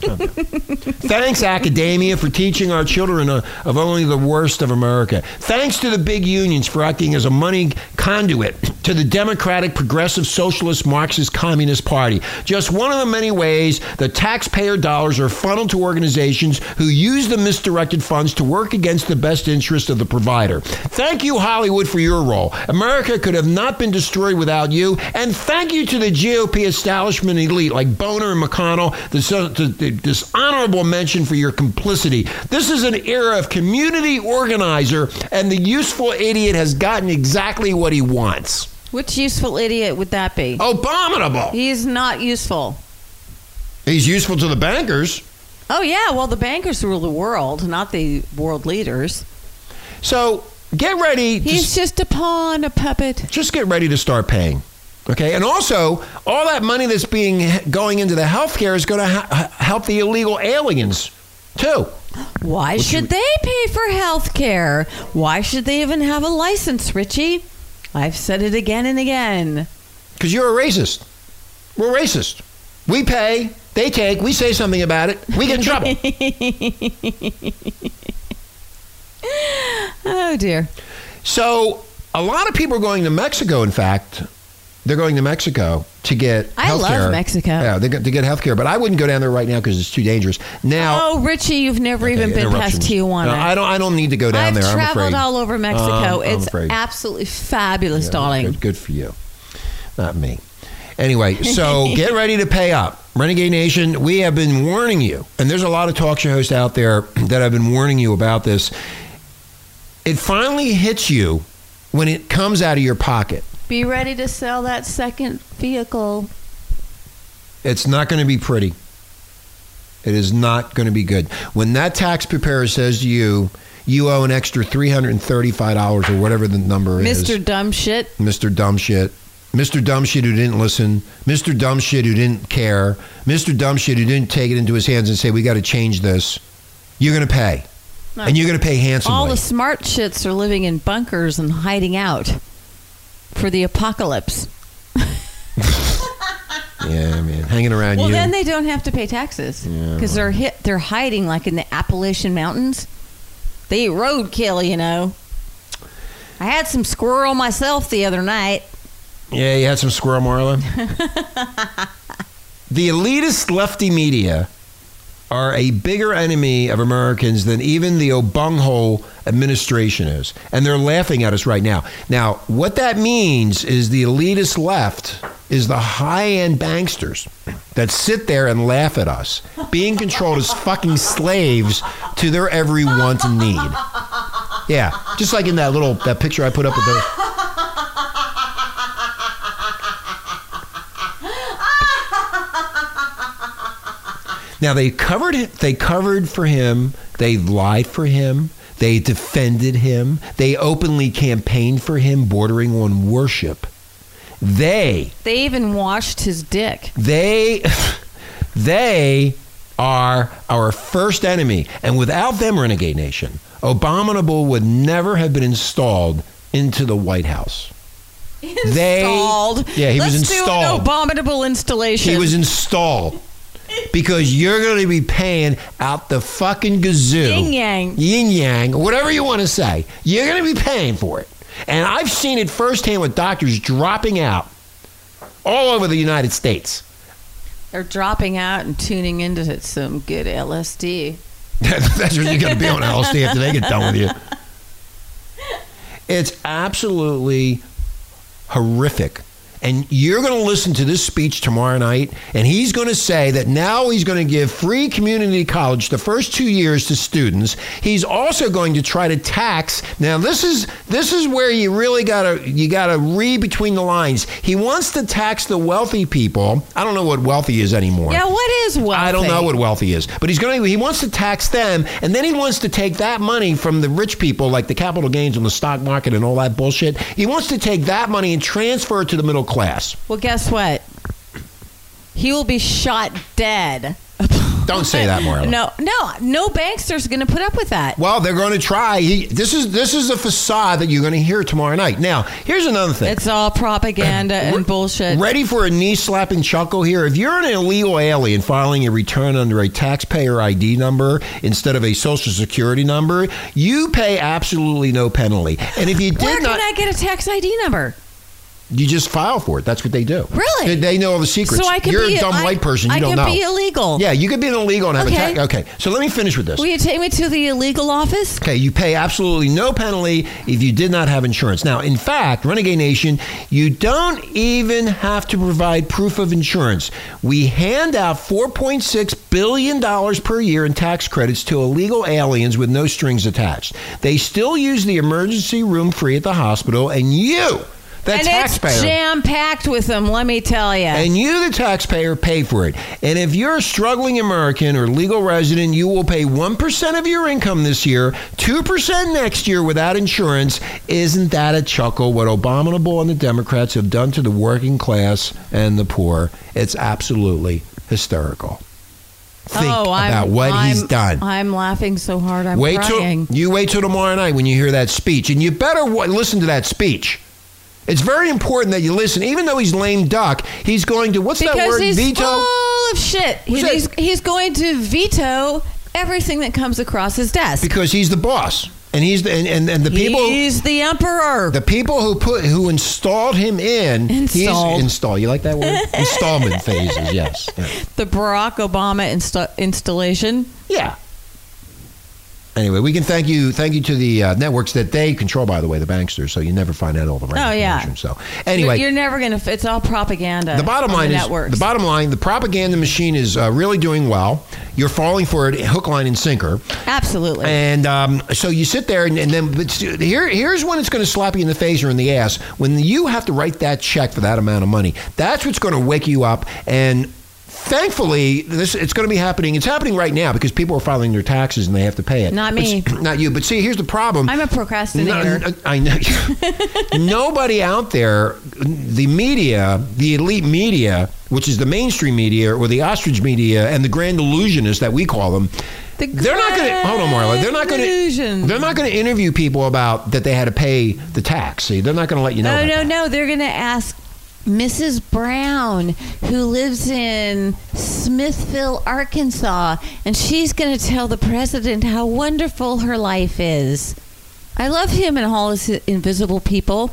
Calm down. Thanks, academia, for teaching our children uh, of only the worst of America. Thanks to the big unions for acting as a money conduit to the Democratic, Progressive, Socialist, Marxist, Communist Party. Just one of the many ways the taxpayer dollars are funneled to organizations who use the misdirected funds to work against the best interest of the provider. Thank you, Hollywood, for your role. America could have not been destroyed without you. And thank you to the GOP establishment elite like Boner and McConnell, the, so- the, the dishonorable mention for your complicity. This is an era of community organizer, and the useful idiot has gotten exactly what he wants.
Which useful idiot would that be?
Abominable.
He's not useful.
He's useful to the bankers.
Oh yeah, well the bankers rule the world, not the world leaders.
So get ready. to
He's just a pawn, a puppet.
just get ready to start paying. Okay, and also all that money that's being going into the healthcare is going to ha- help the illegal aliens too.
Why should they pay for health care? Why should they even have a license, Richie? I've said it again and again.
Because you're a racist. We're racist. We pay, they take, we say something about it, we get in trouble.
Oh dear.
so a lot of people are going to Mexico, in fact. They're going to Mexico to get
I love
healthcare.
Mexico.
Yeah, they get, to get healthcare, but I wouldn't go down there right now because it's too dangerous. Now,
Oh, Richie, you've never even been past
interruptions.
Tijuana.
No, I don't. I don't need to go down
I've
there. I'm
traveled
afraid.
all over
Um,
Mexico.
I'm
it's
afraid.
absolutely fabulous,
Yeah,
darling.
Good, good for you. Not me. Anyway, so get ready to pay up. Renegade Nation, we have been warning you, and there's a lot of talk show hosts out there that have been warning you about this. It finally hits you when it comes out of your pocket.
Be ready to sell that second vehicle.
It's not going to be pretty. It is not going to be good. When that tax preparer says to you, you owe an extra $335 or whatever the number is.
Mr. Dumb Shit.
Mr. Dumb Shit, Mr. Dumb Shit who didn't listen, Mr. Dumb Shit who didn't care, Mr. Dumb Shit who didn't take it into his hands and say, we got to change this, you're going to pay.
No.
And you're going to pay handsomely.
All the smart shits are living in bunkers and hiding out for the apocalypse.
yeah, man. Hanging around
Well,
you.
then they don't have to pay taxes because they're hit. They're hiding like in the Appalachian Mountains. They eat roadkill, you know. I had some squirrel myself the other night.
yeah, you had some squirrel, Marla. the elitist lefty media are a bigger enemy of Americans than even the Obunghole administration is. And they're laughing at us right now. Now, what that means is the elitist left is the high end banksters that sit there and laugh at us, being controlled as fucking slaves to their every want and need. Yeah, just like in that little that picture I put up of the. Now they covered it. They covered for him. They lied for him. They defended him. They openly campaigned for him, bordering on worship. They,
They even washed his dick.
they, they are our first enemy, and without them, renegade nation, abominable would never have been installed into the White House. They-
installed.
Yeah, he was
Let's Do
installed.
an abominable installation.
He was installed. Because you're going to be paying out the fucking gazoo.
Yin yang.
Yin yang, whatever you want to say. You're going to be paying for it. And I've seen it firsthand with doctors dropping out all over the United States.
They're dropping out and tuning into some good LSD.
That's what you're going to be on LSD after they get done with you. It's absolutely horrific. And you're going to listen to this speech tomorrow night, and he's going to say that now he's going to give free community college the first two years to students. He's also going to try to tax. Now this is this is where you really gotta you gotta read between the lines. He wants to tax the wealthy people. I don't know what wealthy is anymore.
Yeah, what is wealthy?
I don't know what wealthy is, but he's going to he wants to tax them, and then he wants to take that money from the rich people, like the capital gains on the stock market and all that bullshit. He wants to take that money and transfer it to the middle class.
Well, guess what? He will be shot dead.
Don't say that, Marla.
No, no, no bankster's going to put up with that.
Well, they're going to try. He, this is this is a facade that you're going to hear tomorrow night. Now, here's another thing.
It's all propaganda and bullshit.
Ready for a knee slapping chuckle here? If you're an illegal alien filing a return under a taxpayer ID number instead of a social security number, you pay absolutely no penalty. And if you did
Where
not,
can I get a tax ID number?
you just file for it. That's what they do.
Really?
They, they know all the secrets.
So I could
you're
be
a dumb
I-
white person. You
I
don't
can
know.
be illegal.
Yeah, you could be an illegal and have a
Okay.
tax. Okay, so let me finish with this.
Will you take me to the illegal office?
Okay, you pay absolutely no penalty if you did not have insurance. Now, in fact, Renegade Nation, you don't even have to provide proof of insurance. We hand out $4.6 billion per year in tax credits to illegal aliens with no strings attached. They still use the emergency room free at the hospital, and you, the
and
taxpayer.
it's jam packed with them, let me tell you.
And you, the taxpayer, pay for it. And if you're a struggling American or legal resident, you will pay 1% of your income this year, 2% next year without insurance. Isn't that a chuckle? What Abominable and the Democrats have done to the working class and the poor. It's absolutely hysterical. Think
oh, I'm,
about what
I'm,
he's done.
I'm laughing so hard, I'm
wait
crying.
till you wait till tomorrow night when you hear that speech, and you better wa listen to that speech. It's very important that you listen, even though he's lame duck. He's going to what's that
because
word?
he's
veto.
full of shit.
What's
he's,
that?
he's going to veto everything that comes across his desk.
because he's the boss and he's the and, and, and the people
he's the emperor.
the people who put who installed him in
Installed.
he's install you like that word installment phases yes yeah,
the Barack Obama insta- installation.
Yeah. Anyway, we can thank you. Thank you to the uh, networks that they control, by the way, the banksters. So you never find out all the right
Oh, yeah.
information. So anyway,
you're, you're never going to. It's all propaganda.
the bottom
Uh, on
line
the
is
networks.
the bottom line. The propaganda machine is uh, really doing well. You're falling for it, hook, line, and sinker.
Absolutely.
And um, so you sit there, and, and then but here, here's when it's going to slap you in the face or in the ass when you have to write that check for that amount of money. That's what's going to wake you up. And thankfully, this it's going to be happening. It's happening right now because people are filing their taxes and they have to pay it.
Not
But-
me.
not you. But see, here's the problem.
I'm a procrastinator.
No, I know. Nobody out there, the media, the elite media, which is the mainstream media or the ostrich media and the grand illusionists that we call them,
The
they're not going to. Hold on, Marla. They're not going
grand
to.
illusion.
They're not going to interview people about that they had to pay the tax. See, they're not going to let you know.
no,
about
no,
that.
no. They're going to ask Mrs. Brown, who lives in Smithville, Arkansas, and she's going to tell the president how wonderful her life is. I love him and all his invisible people.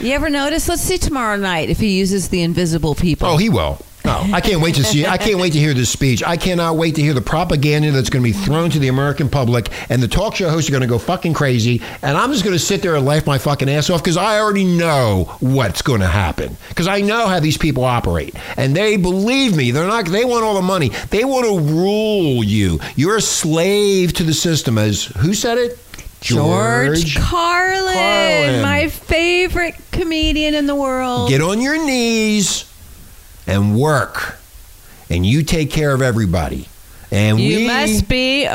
You ever notice? Let's see tomorrow night if he uses the invisible people.
Oh, he will. No, I can't wait to see. I can't wait to hear this speech. I cannot wait to hear the propaganda that's going to be thrown to the American public, and the talk show hosts are going to go fucking crazy. And I'm just going to sit there and laugh my fucking ass off because I already know what's going to happen. Because I know how these people operate, and they believe me. They're not. They want all the money. They want to rule you. You're a slave to the system. As who said it?
George Carlin,
Carlin.
my favorite comedian in the world.
Get on your knees and work. And you take care of everybody. And
you
we
must be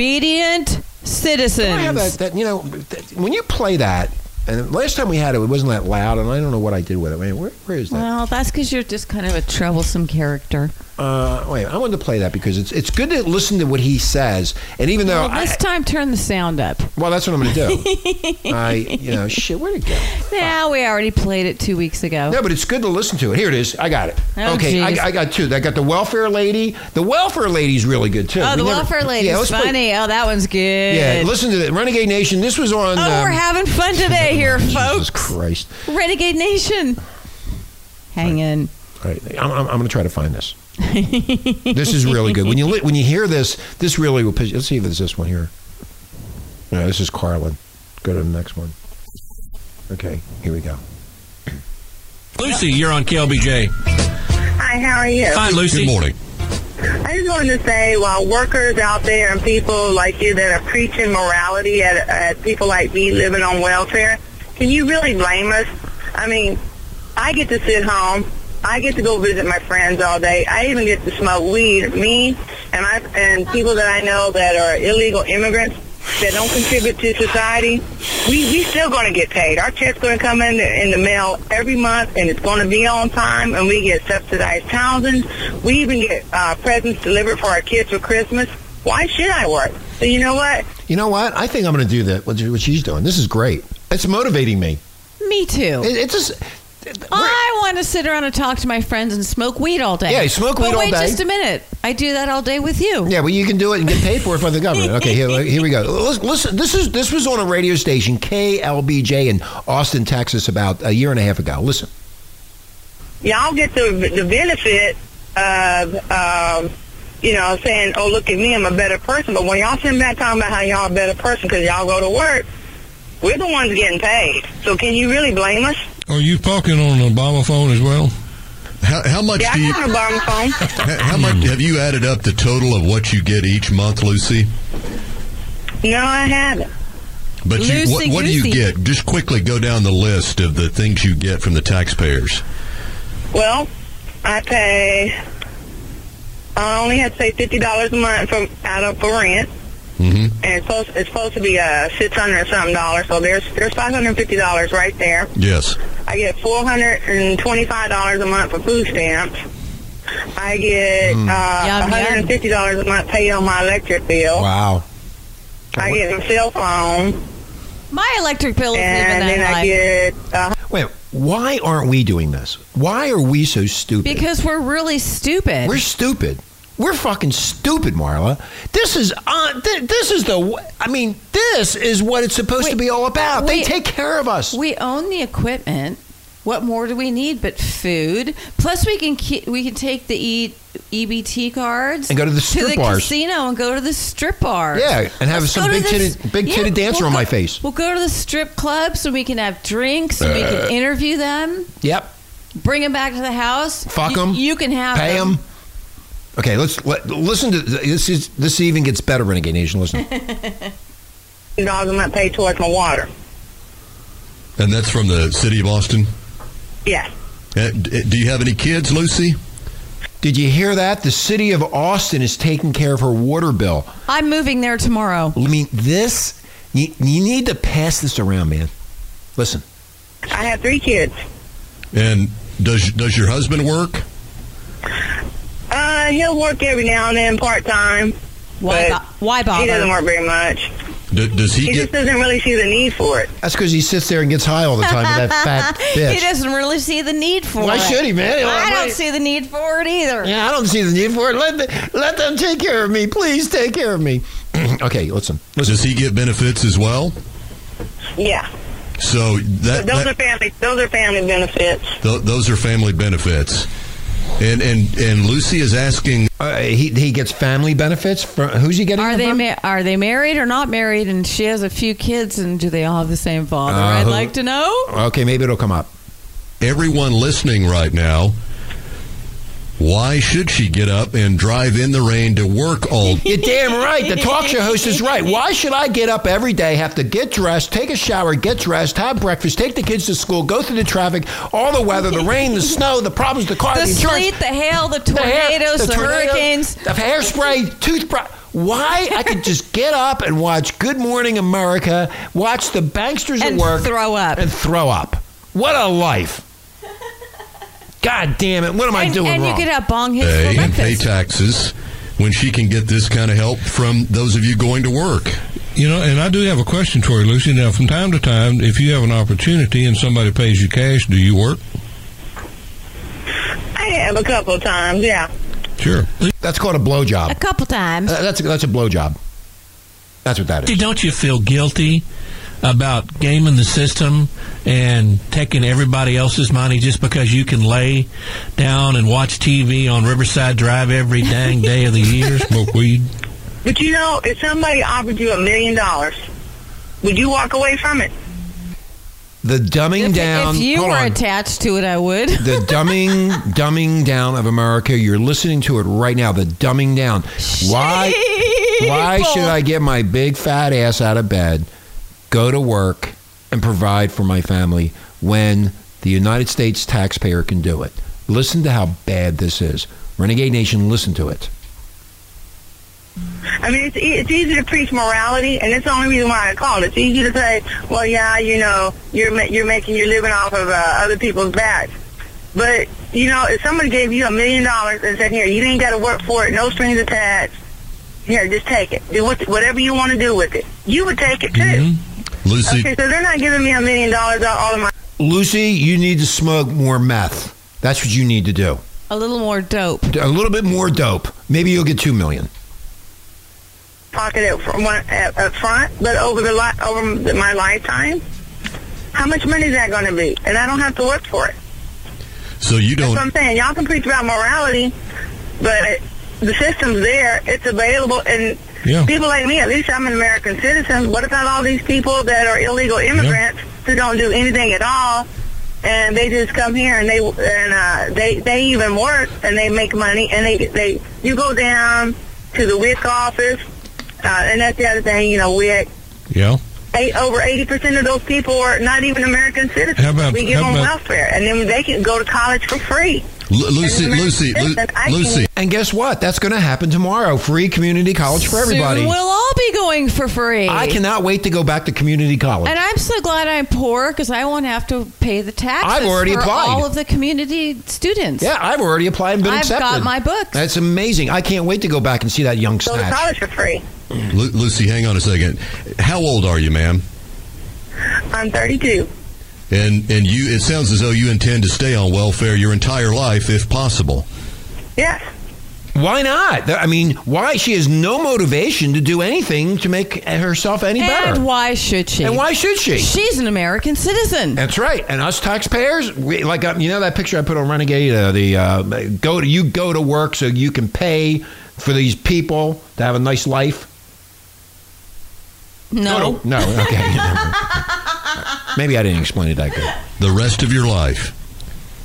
obedient
Can I have
citizens.
that, that you know that- when you play that and last time we had it it wasn't that loud and I don't know what I did with it. Wait, where, where is that?
Well, that's because you're just kind of a troublesome character.
Uh, wait, I wanted to play that because it's it's good to listen to what he says. And even though
well, this
I,
time, turn the sound up.
well that's what I'm going to do. I you know shit where would it go?
Now we already played it two weeks ago.
No, but it's good to listen to it. Here it is. I got it.
Oh,
okay,
geez.
I, I got two. I got the welfare lady. The welfare lady's really good too.
oh, the
We never-
welfare lady
Yeah, let's play-
funny. Oh, that one's good.
Yeah, listen to that. Renegade Nation. This was on.
Oh,
um,
we're having fun today here,
Jesus
folks.
Christ!
Renegade Nation. Hang in.
All right, I'm, I'm, I'm going to try to find this. this is really good. When you li- when you hear this, this really will. Piss- Let's see if it's this one here. No, this is Carlin. Go to the next one. Okay, here we go.
Lucy, you're on KLBJ.
Hi, how are you?
Fine, Lucy.
Good morning.
I just wanted to say, while workers out there and people like you that are preaching morality at, at people like me living on welfare, can you really blame us? I mean, I get to sit home. I get to go visit my friends all day. I even get to smoke weed. Me and my and people that I know that are illegal immigrants that don't contribute to society, we we still going to get paid. Our check's going to come in the, in the mail every month, and it's going to be on time. And we get subsidized housing. We even get uh, presents delivered for our kids for Christmas. Why should I work? So you know what?
You know what? I think I'm going to do that. What, what she's doing. This is great. It's motivating me.
Me too.
It, it's just.
I want to sit around and talk to my friends and smoke weed all day.
Yeah, you smoke
But
weed all
wait
day.
just a minute. I do that all day with you.
Yeah, well, you can do it and get paid for it by the government. Okay, here, here we go. Listen, listen, this is this was on a radio station, KLBJ in Austin, Texas, about a year and a half ago. Listen,
y'all get the the benefit of um, you know saying, "Oh, look at me, I'm a better person." But when y'all sitting back talking about how y'all a better person because y'all go to work, we're the ones getting paid. So can you really blame us?
Are Oh, you talking on an Obama phone as well?
How, how much
Yeah,
do
I
you,
got an Obama phone.
how
Mm.
much have you added up the total of what you get each month, Lucy?
No, I haven't.
But you, what, what do you
Loosey-goosey.
get? Just quickly go down the list of the things you get from the taxpayers.
Well, I pay. I only had to pay fifty dollars a month from out of for rent.
Mm-hmm.
And it's supposed, it's supposed to be uh, six hundred something dollars, so there's there's five hundred fifty dollars right there.
Yes.
I get four hundred and twenty-five dollars a month for food stamps. I
Mm.
get uh, one
Yum,
hundred and fifty dollars a month paid on my electric bill.
wow,
I get a cell phone,
My electric bill is
and
living
then
that
I
life.
get uh,
wait, why aren't we doing this? Why are we so stupid?
Because we're really stupid.
we're stupid. We're fucking stupid, Marla. This is uh, th- this is the. w- I mean, this is what it's supposed to
Wait,
be all about. they
wait.
take care of us.
We own the equipment. What more do we need but food? Plus, we can ke- we can take the e- EBT cards
And go to the strip bars.
casino and go to the strip bars.
Yeah, and have some
go to
big titted- big titted dancer on
go-
my face.
We'll go to the strip club so we can have drinks and we
Uh.
can interview them,
yep,
bring them back to the house.
Fuck
You-
'em.
You can have
pay them. Okay, let's let, listen to this. Is this even gets better, Renegade Nation? Listen.
dollars a month paid towards my water.
And that's from the city of Austin.
Yeah,
Uh, d- do you have any kids, Lucy?
Did you hear that? The city of Austin is taking care of her water bill.
I'm moving there tomorrow.
I mean, this, you, you need to pass this around, man. Listen,
I have three kids.
And does does your husband work?
Uh, he'll work every now and then, part time.
Why?
But
bo- why bother?
He doesn't work very much.
D- does he
He just
get?
doesn't really see the need for it.
that's because he sits there and gets high all the time with that fat bitch.
He doesn't really see the need for
Why
it.
should he, man?
I don't
Why-
see the need for it either.
Yeah, I don't see the need for it. Let, the, let them take care of me. Please take care of me. okay, listen.
Does he get benefits as well?
Yeah,
So
but
that,
those are
that-
family. Those are family benefits.
th- those are family benefits. And and and Lucy is asking
Uh, he, he gets family benefits. From, who's he getting
Are
them
they
from?
ma- are they married or not married? And she has a few kids, and do they all have the same father?
Uh,
I'd
who-
like to know.
okay, maybe it'll come up.
everyone listening right now. Why should she get up and drive in the rain to work all
You're damn right. The talk show host is right. Why should I get up every day, have to get dressed, take a shower, get dressed, have breakfast, take the kids to school, go through the traffic, all the weather, the rain, the snow, the problems, the car, the,
The sleet,
insurance,
the hail, the
the hair-
tornadoes, the,
tornado,
hurricanes.
the hairspray, toothbrush? Why I could just get up and watch Good Morning America, watch the banksters at
And
work,
throw up.
and throw up. What a life! God damn it! What am I
And,
doing
and you
wrong?
could have bong hits
day
for
and pay
breakfast.
taxes when she can get this kind of help from those of you going to work?
You know, and I do have a question for you, Lucy. Now, from time to time, if you have an opportunity and somebody pays you cash, do you work?
I have a couple of times. Yeah.
Sure.
that's called a blowjob.
a couple times.
Uh, that's a, that's a blowjob. That's what that is.
Don't you feel guilty about gaming the system and taking everybody else's money just because you can lay down and watch TV on Riverside Drive every dang day of the year?
Smoke weed.
But you know, if somebody offered you a million dollars, would you walk away from it?
the dumbing
If,
down.
if you
hold
were
on.
attached to it, I would.
the dumbing dumbing down of America. You're listening to it right now. The dumbing down. Why? Why
Sheeple.
should I get my big fat ass out of bed, go to work, and provide for my family when the United States taxpayer can do it? Listen to how bad this is, Renegade Nation. Listen to it.
I mean, it's, e- it's easy to preach morality, and that's the only reason why I called. It's easy to say, well, yeah, you know, you're ma- you're making your living off of uh, other people's backs. But you know, if somebody gave you a million dollars and said, here, you ain't got to work for it, no strings attached. Here, just take it. Do what, whatever you want to do with it. You would take it too.
Lucy,
Okay, so they're not giving me a million dollars out all of my.
Lucy, you need to smoke more meth. That's what you need to do.
A little more dope.
A little bit more dope. Maybe you'll get two million.
pocket at, fr- one, at, at front, but over the li- over the- my lifetime, how much money is that going to be? And I don't have to work for it.
so you
That's
don't.
what I'm saying. Y'all can preach about morality, but the system's there. It's available, and
Yeah.
people like me, at least I'm an American citizen. What about all these people that are illegal immigrants who don't do anything at all? And they just come here and they and uh, they they even work and they make money and they they you go down to the WIC office uh, and that's the other thing you know WIC
Yeah.
eight, over 80% of those people are not even American citizens.
How about-
we give
how
them
about-
welfare, and then they can go to college for free.
Lu- Lucy,
And American
Lucy, Lu-
citizens, I can-
Lucy.
And guess what? That's going to happen tomorrow. Free community college for everybody.
Soon we'll all be going for free.
I cannot wait to go back to community college.
And I'm so glad I'm poor because I won't have to pay the taxes.
I've already
for
applied.
all of the community students.
Yeah, I've already applied and been
I've
accepted.
got my books.
That's amazing. I can't wait to go back and see that young
Go to
snatch.
college for free.
Lu- Lucy, hang on a second. How old are you, ma'am?
I'm 32.
And and you, it sounds as though you intend to stay on welfare your entire life, if possible.
Yes.
Why not? Th- I mean, why? She has no motivation to do anything to make herself any better.
And why should she?
And why should she?
She's an American citizen.
That's right. And us taxpayers, we, like uh, you know that picture I put on Renegade, uh, the uh, go to you go to work so you can pay for these people to have a nice life.
no.
No, no, okay. Maybe I didn't explain it that good.
The rest of your life.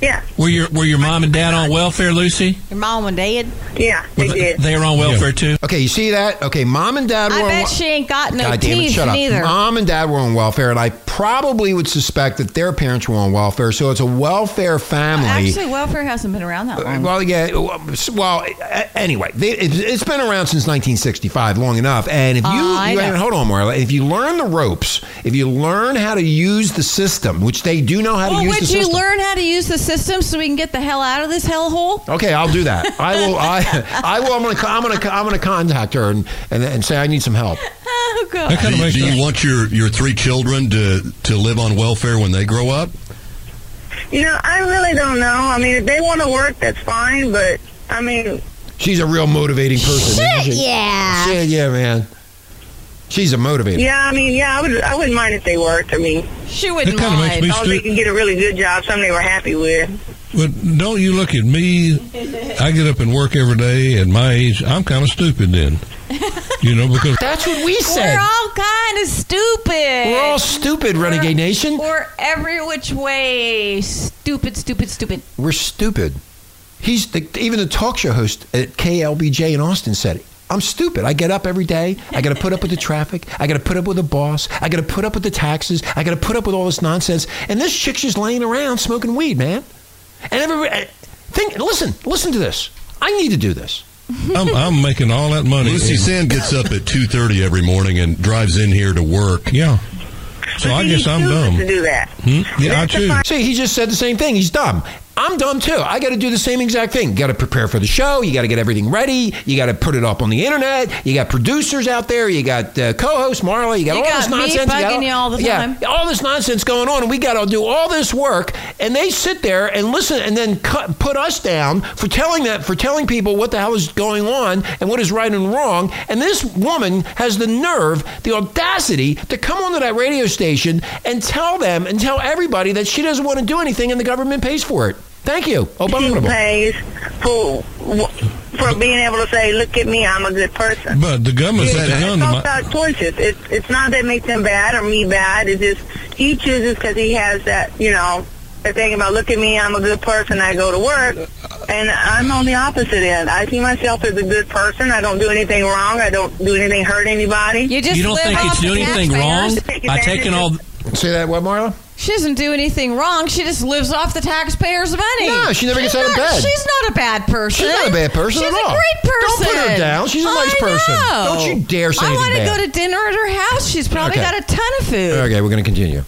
Yeah.
Were your were your mom and dad on welfare, Lucy?
Your mom and dad.
Yeah. They
Were they-
did.
They were on welfare too.
Okay, you see that? Okay, mom and dad
I
were.
bet
on,
she ain't got no
God damn it,
teeth
shut up.
neither.
Mom and dad were on welfare, and I probably would suspect that their parents were on welfare. So it's a welfare family.
Actually, welfare hasn't been around that long.
Uh, Well, yeah. Well, a- anyway, they, it's it's been around since 1965, long enough. And if you,
Oh, I
you
know.
hold on, Marla, if you learn the ropes, if you learn how to use the system, which they do know how to
Well,
use
would
the
you
system.
learn how to use the system so we can get the hell out of this hellhole?
Okay, I'll do that. I will. I, I will. I'm gonna. co- I'm gonna. co- I'm gonna contact her and, and and say I need some help.
Oh God.
That
Do,
kind of
you-
makes
do
sense.
you want your, your three children to, to live on welfare when they grow up?
You know, I really don't know. I mean, if they want to work, that's fine. But I mean,
She's a real motivating person. Shit, yeah. Shit, yeah, man. She's a motivator.
yeah. I mean, yeah. I would. I wouldn't mind if they worked. I mean,
She wouldn't
That kinda makes
mind.
me
as long as they
stu-
can get a really good job, something they were happy with.
But don't you look at me? I get up and work every day. At my age, I'm kind of stupid then. You know because
That's what we said.
We're all kind of stupid.
We're all stupid, Renegade Nation.
We're every which way stupid, stupid, stupid.
We're stupid. He's the, even the talk show host at KLBJ in Austin said, "I'm stupid. I get up every day. I got to put up with the traffic. I got to put up with the boss. I got to put up with the taxes. I got to put up with all this nonsense." And this chick's just laying around smoking weed, man. And everybody, think, listen, listen to this. I need to do this.
I'm, I'm making all that money.
Lucy Sand gets up at 2.30 every morning and drives in here to work.
yeah. So
But
I
see,
guess
he
I'm
chooses To
dumb.
do that.
Hmm? Yeah, I
That's the
choose.
See, he just said the same thing. He's dumb. I'm dumb too. I got to do the same exact thing. Got to prepare for the show. You got to get everything ready. You got to put it up on the internet. You got producers out there. You got uh, co-host Marla. You got
You
all
got
this
me
nonsense. got
bugging you all the
yeah,
time.
all this nonsense going on, and we got to do all this work. And they sit there and listen, and then cut, put us down for telling that for telling people what the hell is going on and what is right and wrong. And this woman has the nerve, the audacity to come onto that radio station and tell them and tell everybody that she doesn't want to do anything, and the government pays for it. Thank you,
She
Obama.
pays for wh- for being able to say, "Look at me, I'm a good person."
But the government's
it's,
got a gun
it's
to
all
my-
about choices. It's it's not that makes him bad or me bad. It's just he chooses because he has that you know the thing about look at me, I'm a good person. I go to work, and I'm on the opposite end. I see myself as a good person. I don't do anything wrong. I don't do anything hurt anybody.
just
you don't
live
think
off
it's
the
doing anything wrong
taxpayers.
by taking all?
Say that what, Marla?
She doesn't do anything wrong. She just lives off the taxpayers' money.
No, she never
She's
gets out of
not-
bed.
She's not a bad person.
She's not a bad person
She's
at all.
a great person.
Don't put her down. She's a nice
I
person.
know.
Don't you dare say
I
anything
wanna
bad.
go to dinner at her house. She's
Okay.
probably got a ton of food.
Okay, we're going to continue.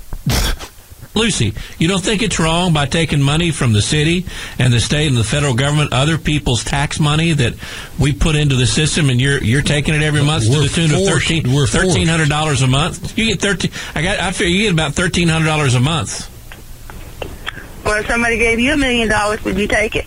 Lucy, you don't think it's wrong by taking money from the city and the state and the federal government, other people's tax money that we put into the system, and you're you're taking it every month to
We're
the tune of
forced-
thirteen
we're forced.
thirteen hundred dollars a month. You get thirteen. I got. I figure you get about thirteen hundred dollars a month.
Well, if somebody gave you a million dollars, would you take it?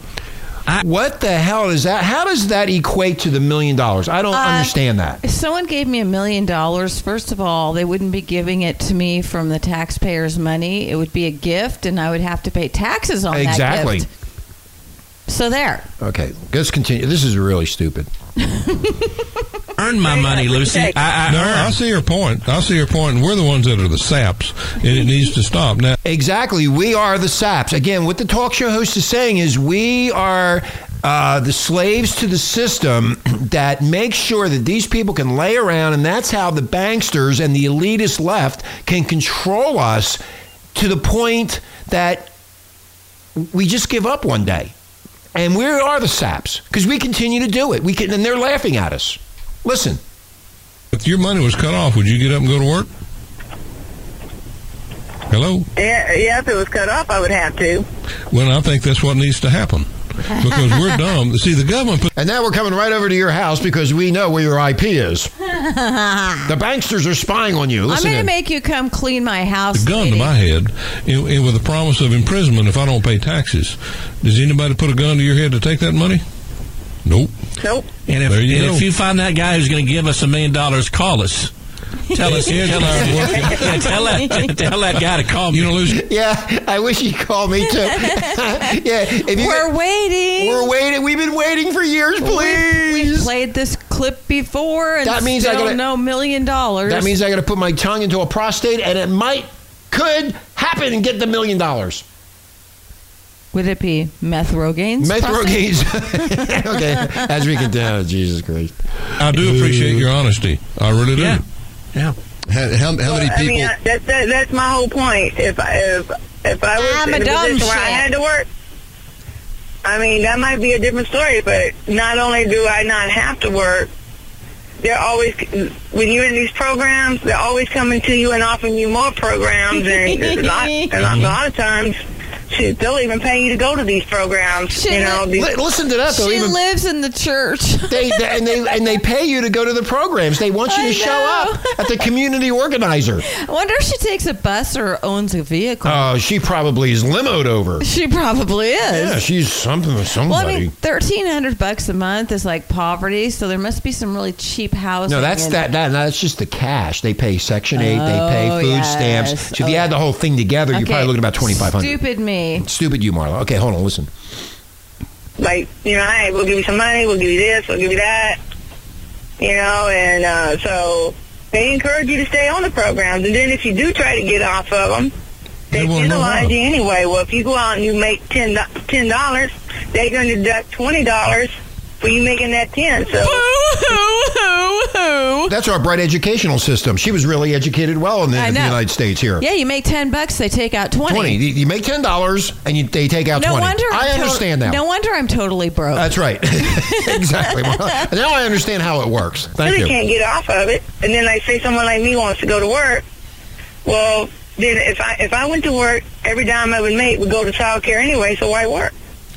what the hell is that? How does that equate to the million dollars? I don't
Uh,
understand that.
If someone gave me a million dollars, first of all, they wouldn't be giving it to me from the taxpayers' money. It would be a gift, and I would have to pay taxes on
Exactly.
that gift. So there.
Okay, let's continue. This is really stupid.
Earn my money, Lucy. I, I
no,
earn.
I see your point. I see your point. and We're the ones that are the saps, and it needs to stop now.
Exactly. We are the saps. Again, what the talk show host is saying is we are uh, the slaves to the system that makes sure that these people can lay around, and that's how the banksters and the elitist left can control us to the point that we just give up one day. And we are the saps because we continue to do it. We can, and they're laughing at us. Listen,
If your money was cut off, would you get up and go to work? Hello.
Yeah, yeah. If it was cut off, I would have to.
Well, I think that's what needs to happen because we're dumb. See, the government put
and now we're coming right over to your house because we know where your IP is.
I'm
The banksters are spying on you. Listen
going to
in.
make you come clean my house.
the gun
lady.
to my head and, and with a promise of imprisonment if I don't pay taxes. Does anybody put a gun to your head to take that money? Nope.
Nope.
And, if,
There you
and
go.
if you find that guy who's going to give us a million dollars, call us. Tell us.
Yeah,
tell, us yeah, tell, that, tell that guy to call me.
You know, Lucy,
Yeah, I wish you'd call me too. yeah, if you
We're waiting.
we're waiting. We've been waiting for years,
We've-
please.
We've played this clip before, and
That means I
still
gotta-
no million dollars.
that means I got to put my tongue into a prostate, and it might could happen and get the million dollars.
would it be meth Rogaine's? prostate?
Methrogate. okay, as we can tell, Jesus Christ.
I do appreciate your honesty. I really do.
Yeah. Yeah.
How, how, how many
Well, I mean,
people?
I- that, that, that's my whole point. If I, if, if I was
I'm
in a
a dumb
position where I
shit.
had to work, I mean, that might be a different story, but not only do I not have to work, they're always, when you're in these programs, they're always coming to you and offering you more programs, and, a, lot, and a lot of times, shit, they'll even pay you to go to these programs, you
Shit.
know. These,
Li- listen to that though.
She
even
lives in the church.
they, they- and they and they pay you to go to the programs. They want you
I
to show
know.
up at the community organizer.
I wonder if she takes a bus or owns a vehicle.
Oh, she probably is limoed over.
she probably is.
Yeah, she's something with somebody.
Well, I mean, thirteen hundred bucks a month is like poverty, so there must be some really cheap housing.
No, that's
in-
that, that. That's just the cash. They pay Section Eight. they pay
Oh,
food
yes.
stamps. So if you
Oh,
add the whole thing together, you're
Okay,
probably looking at about twenty five hundred.
Stupid me.
Stupid you, Marla. Okay, hold on. Listen.
like you know, hey, we'll give you some money, we'll give you this, we'll give you that, you know, and uh, so they encourage you to stay on the programs. And then if you do try to get off of them,
They
they
won't know how.
penalize you anyway. Well, if you go out and you make ten dollars, they're going to deduct twenty dollars for you making that ten. So
That's our bright educational system. She was really educated well in the,
I
in the
know.
United States here.
Yeah, you make ten bucks, they take out twenty.
Twenty. You you make ten dollars, and you, they take out
No
twenty.
wonder
I
I'm tot-
understand now.
No wonder I'm totally broke.
That's right. exactly. Marla. Now I understand how it works. Thank
really
you.
can't get off of it. And then, like, say someone like me wants to go to work. Well, then if I if I went to work, every dime I would make would go to child care anyway. So why work?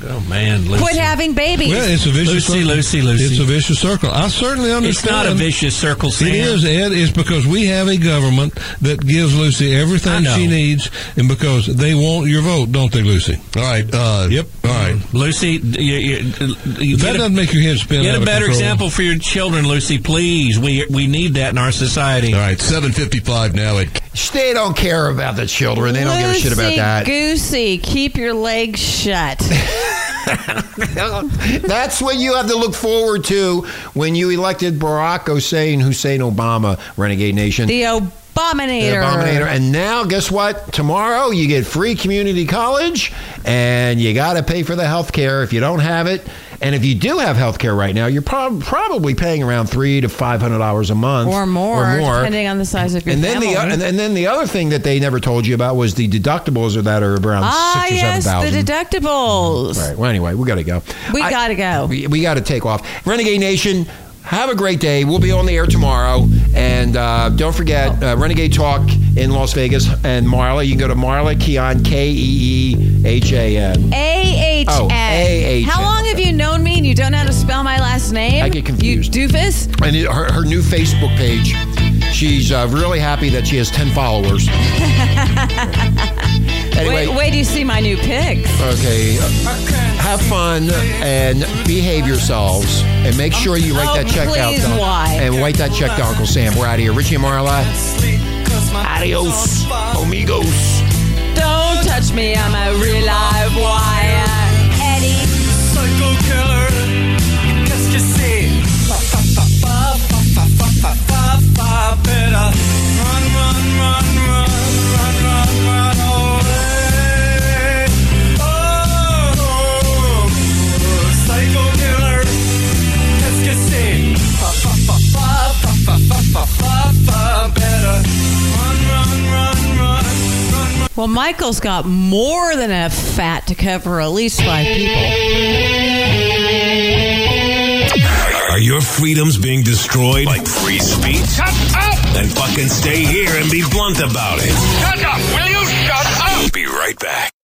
Oh man, Lucy.
Quit having babies.
Well, it's a vicious
Lucy,
circle.
Lucy, Lucy.
It's a vicious circle. I certainly
It's
understand.
not a vicious circle, Sam.
It is, Ed. It's because we have a government that gives Lucy
I
everything
know.
she needs, and because they want your vote, don't they, Lucy?
All right. Uh,
Yep.
All right.
Lucy, you, you, you
that
get, a,
doesn't make your head spin.
get
out
a
of
better
control.
example for your children, Lucy. Please, we we need that in our society.
All right. Seven fifty-five now. At
They don't care about the children. They don't give a shit about
Lucy
that.
Goosey, keep your legs shut.
That's what you have to look forward to when you elected Barack Hussein Hussein Obama, Renegade Nation.
The Abominator.
The Abominator. And now, guess what? Tomorrow you get free community college and you got to pay for the health care if you don't have it. And if you do have health care right now, you're prob- probably paying around three to five hundred dollars a month
or more,
or more.
depending on the size of your
And then
family.
the and, and then the other thing that they never told you about was the deductibles are that are around
ah,
six or
yes,
seven
the
thousand.
deductibles.
Right. Well, anyway, we got to go.
We
I-
gotta go.
We, we got to take off. Renegade Nation, have a great day. We'll be on the air tomorrow. And uh, don't forget, uh, Renegade Talk in Las Vegas and Marla. You can go to Marla Keon, K E E H A N.
A H
Oh,
N.
AHN.
How long have you known me and you don't know how to spell my last name?
I get confused.
You doofus.
And it- her, her new Facebook page. She's uh, really happy that she has 10 followers. Anyway.
Wait, wait, do you see my new pics?
Okay. uh, Have fun and behave yourselves. And make sure you write that
Oh,
check out.
please,
to-
why?
And write that check to Uncle Sam. We're out of here. Richie and Marla. Adios, amigos.
Don't touch me, I'm a real live wire. Eddie.
Psycho killer. Qu'est-ce que c'est? Fa, fa, fa, fa, fa, fa, fa, fa, fa, fa, better. Run, run, run, run, run, run, run oh, away. Oh, psycho killer. Qu'est-ce que c'est? Fa, fa, fa, fa, fa, fa, fa, fa, fa, fa, better. Run, run, run, run, run, run.
Well, Michael's got more than enough fat to cover at least five people.
Are your freedoms being destroyed? Like free speech? Shut up! Then fucking stay here and be blunt about it. Shut up, will you? Shut up! Be right back.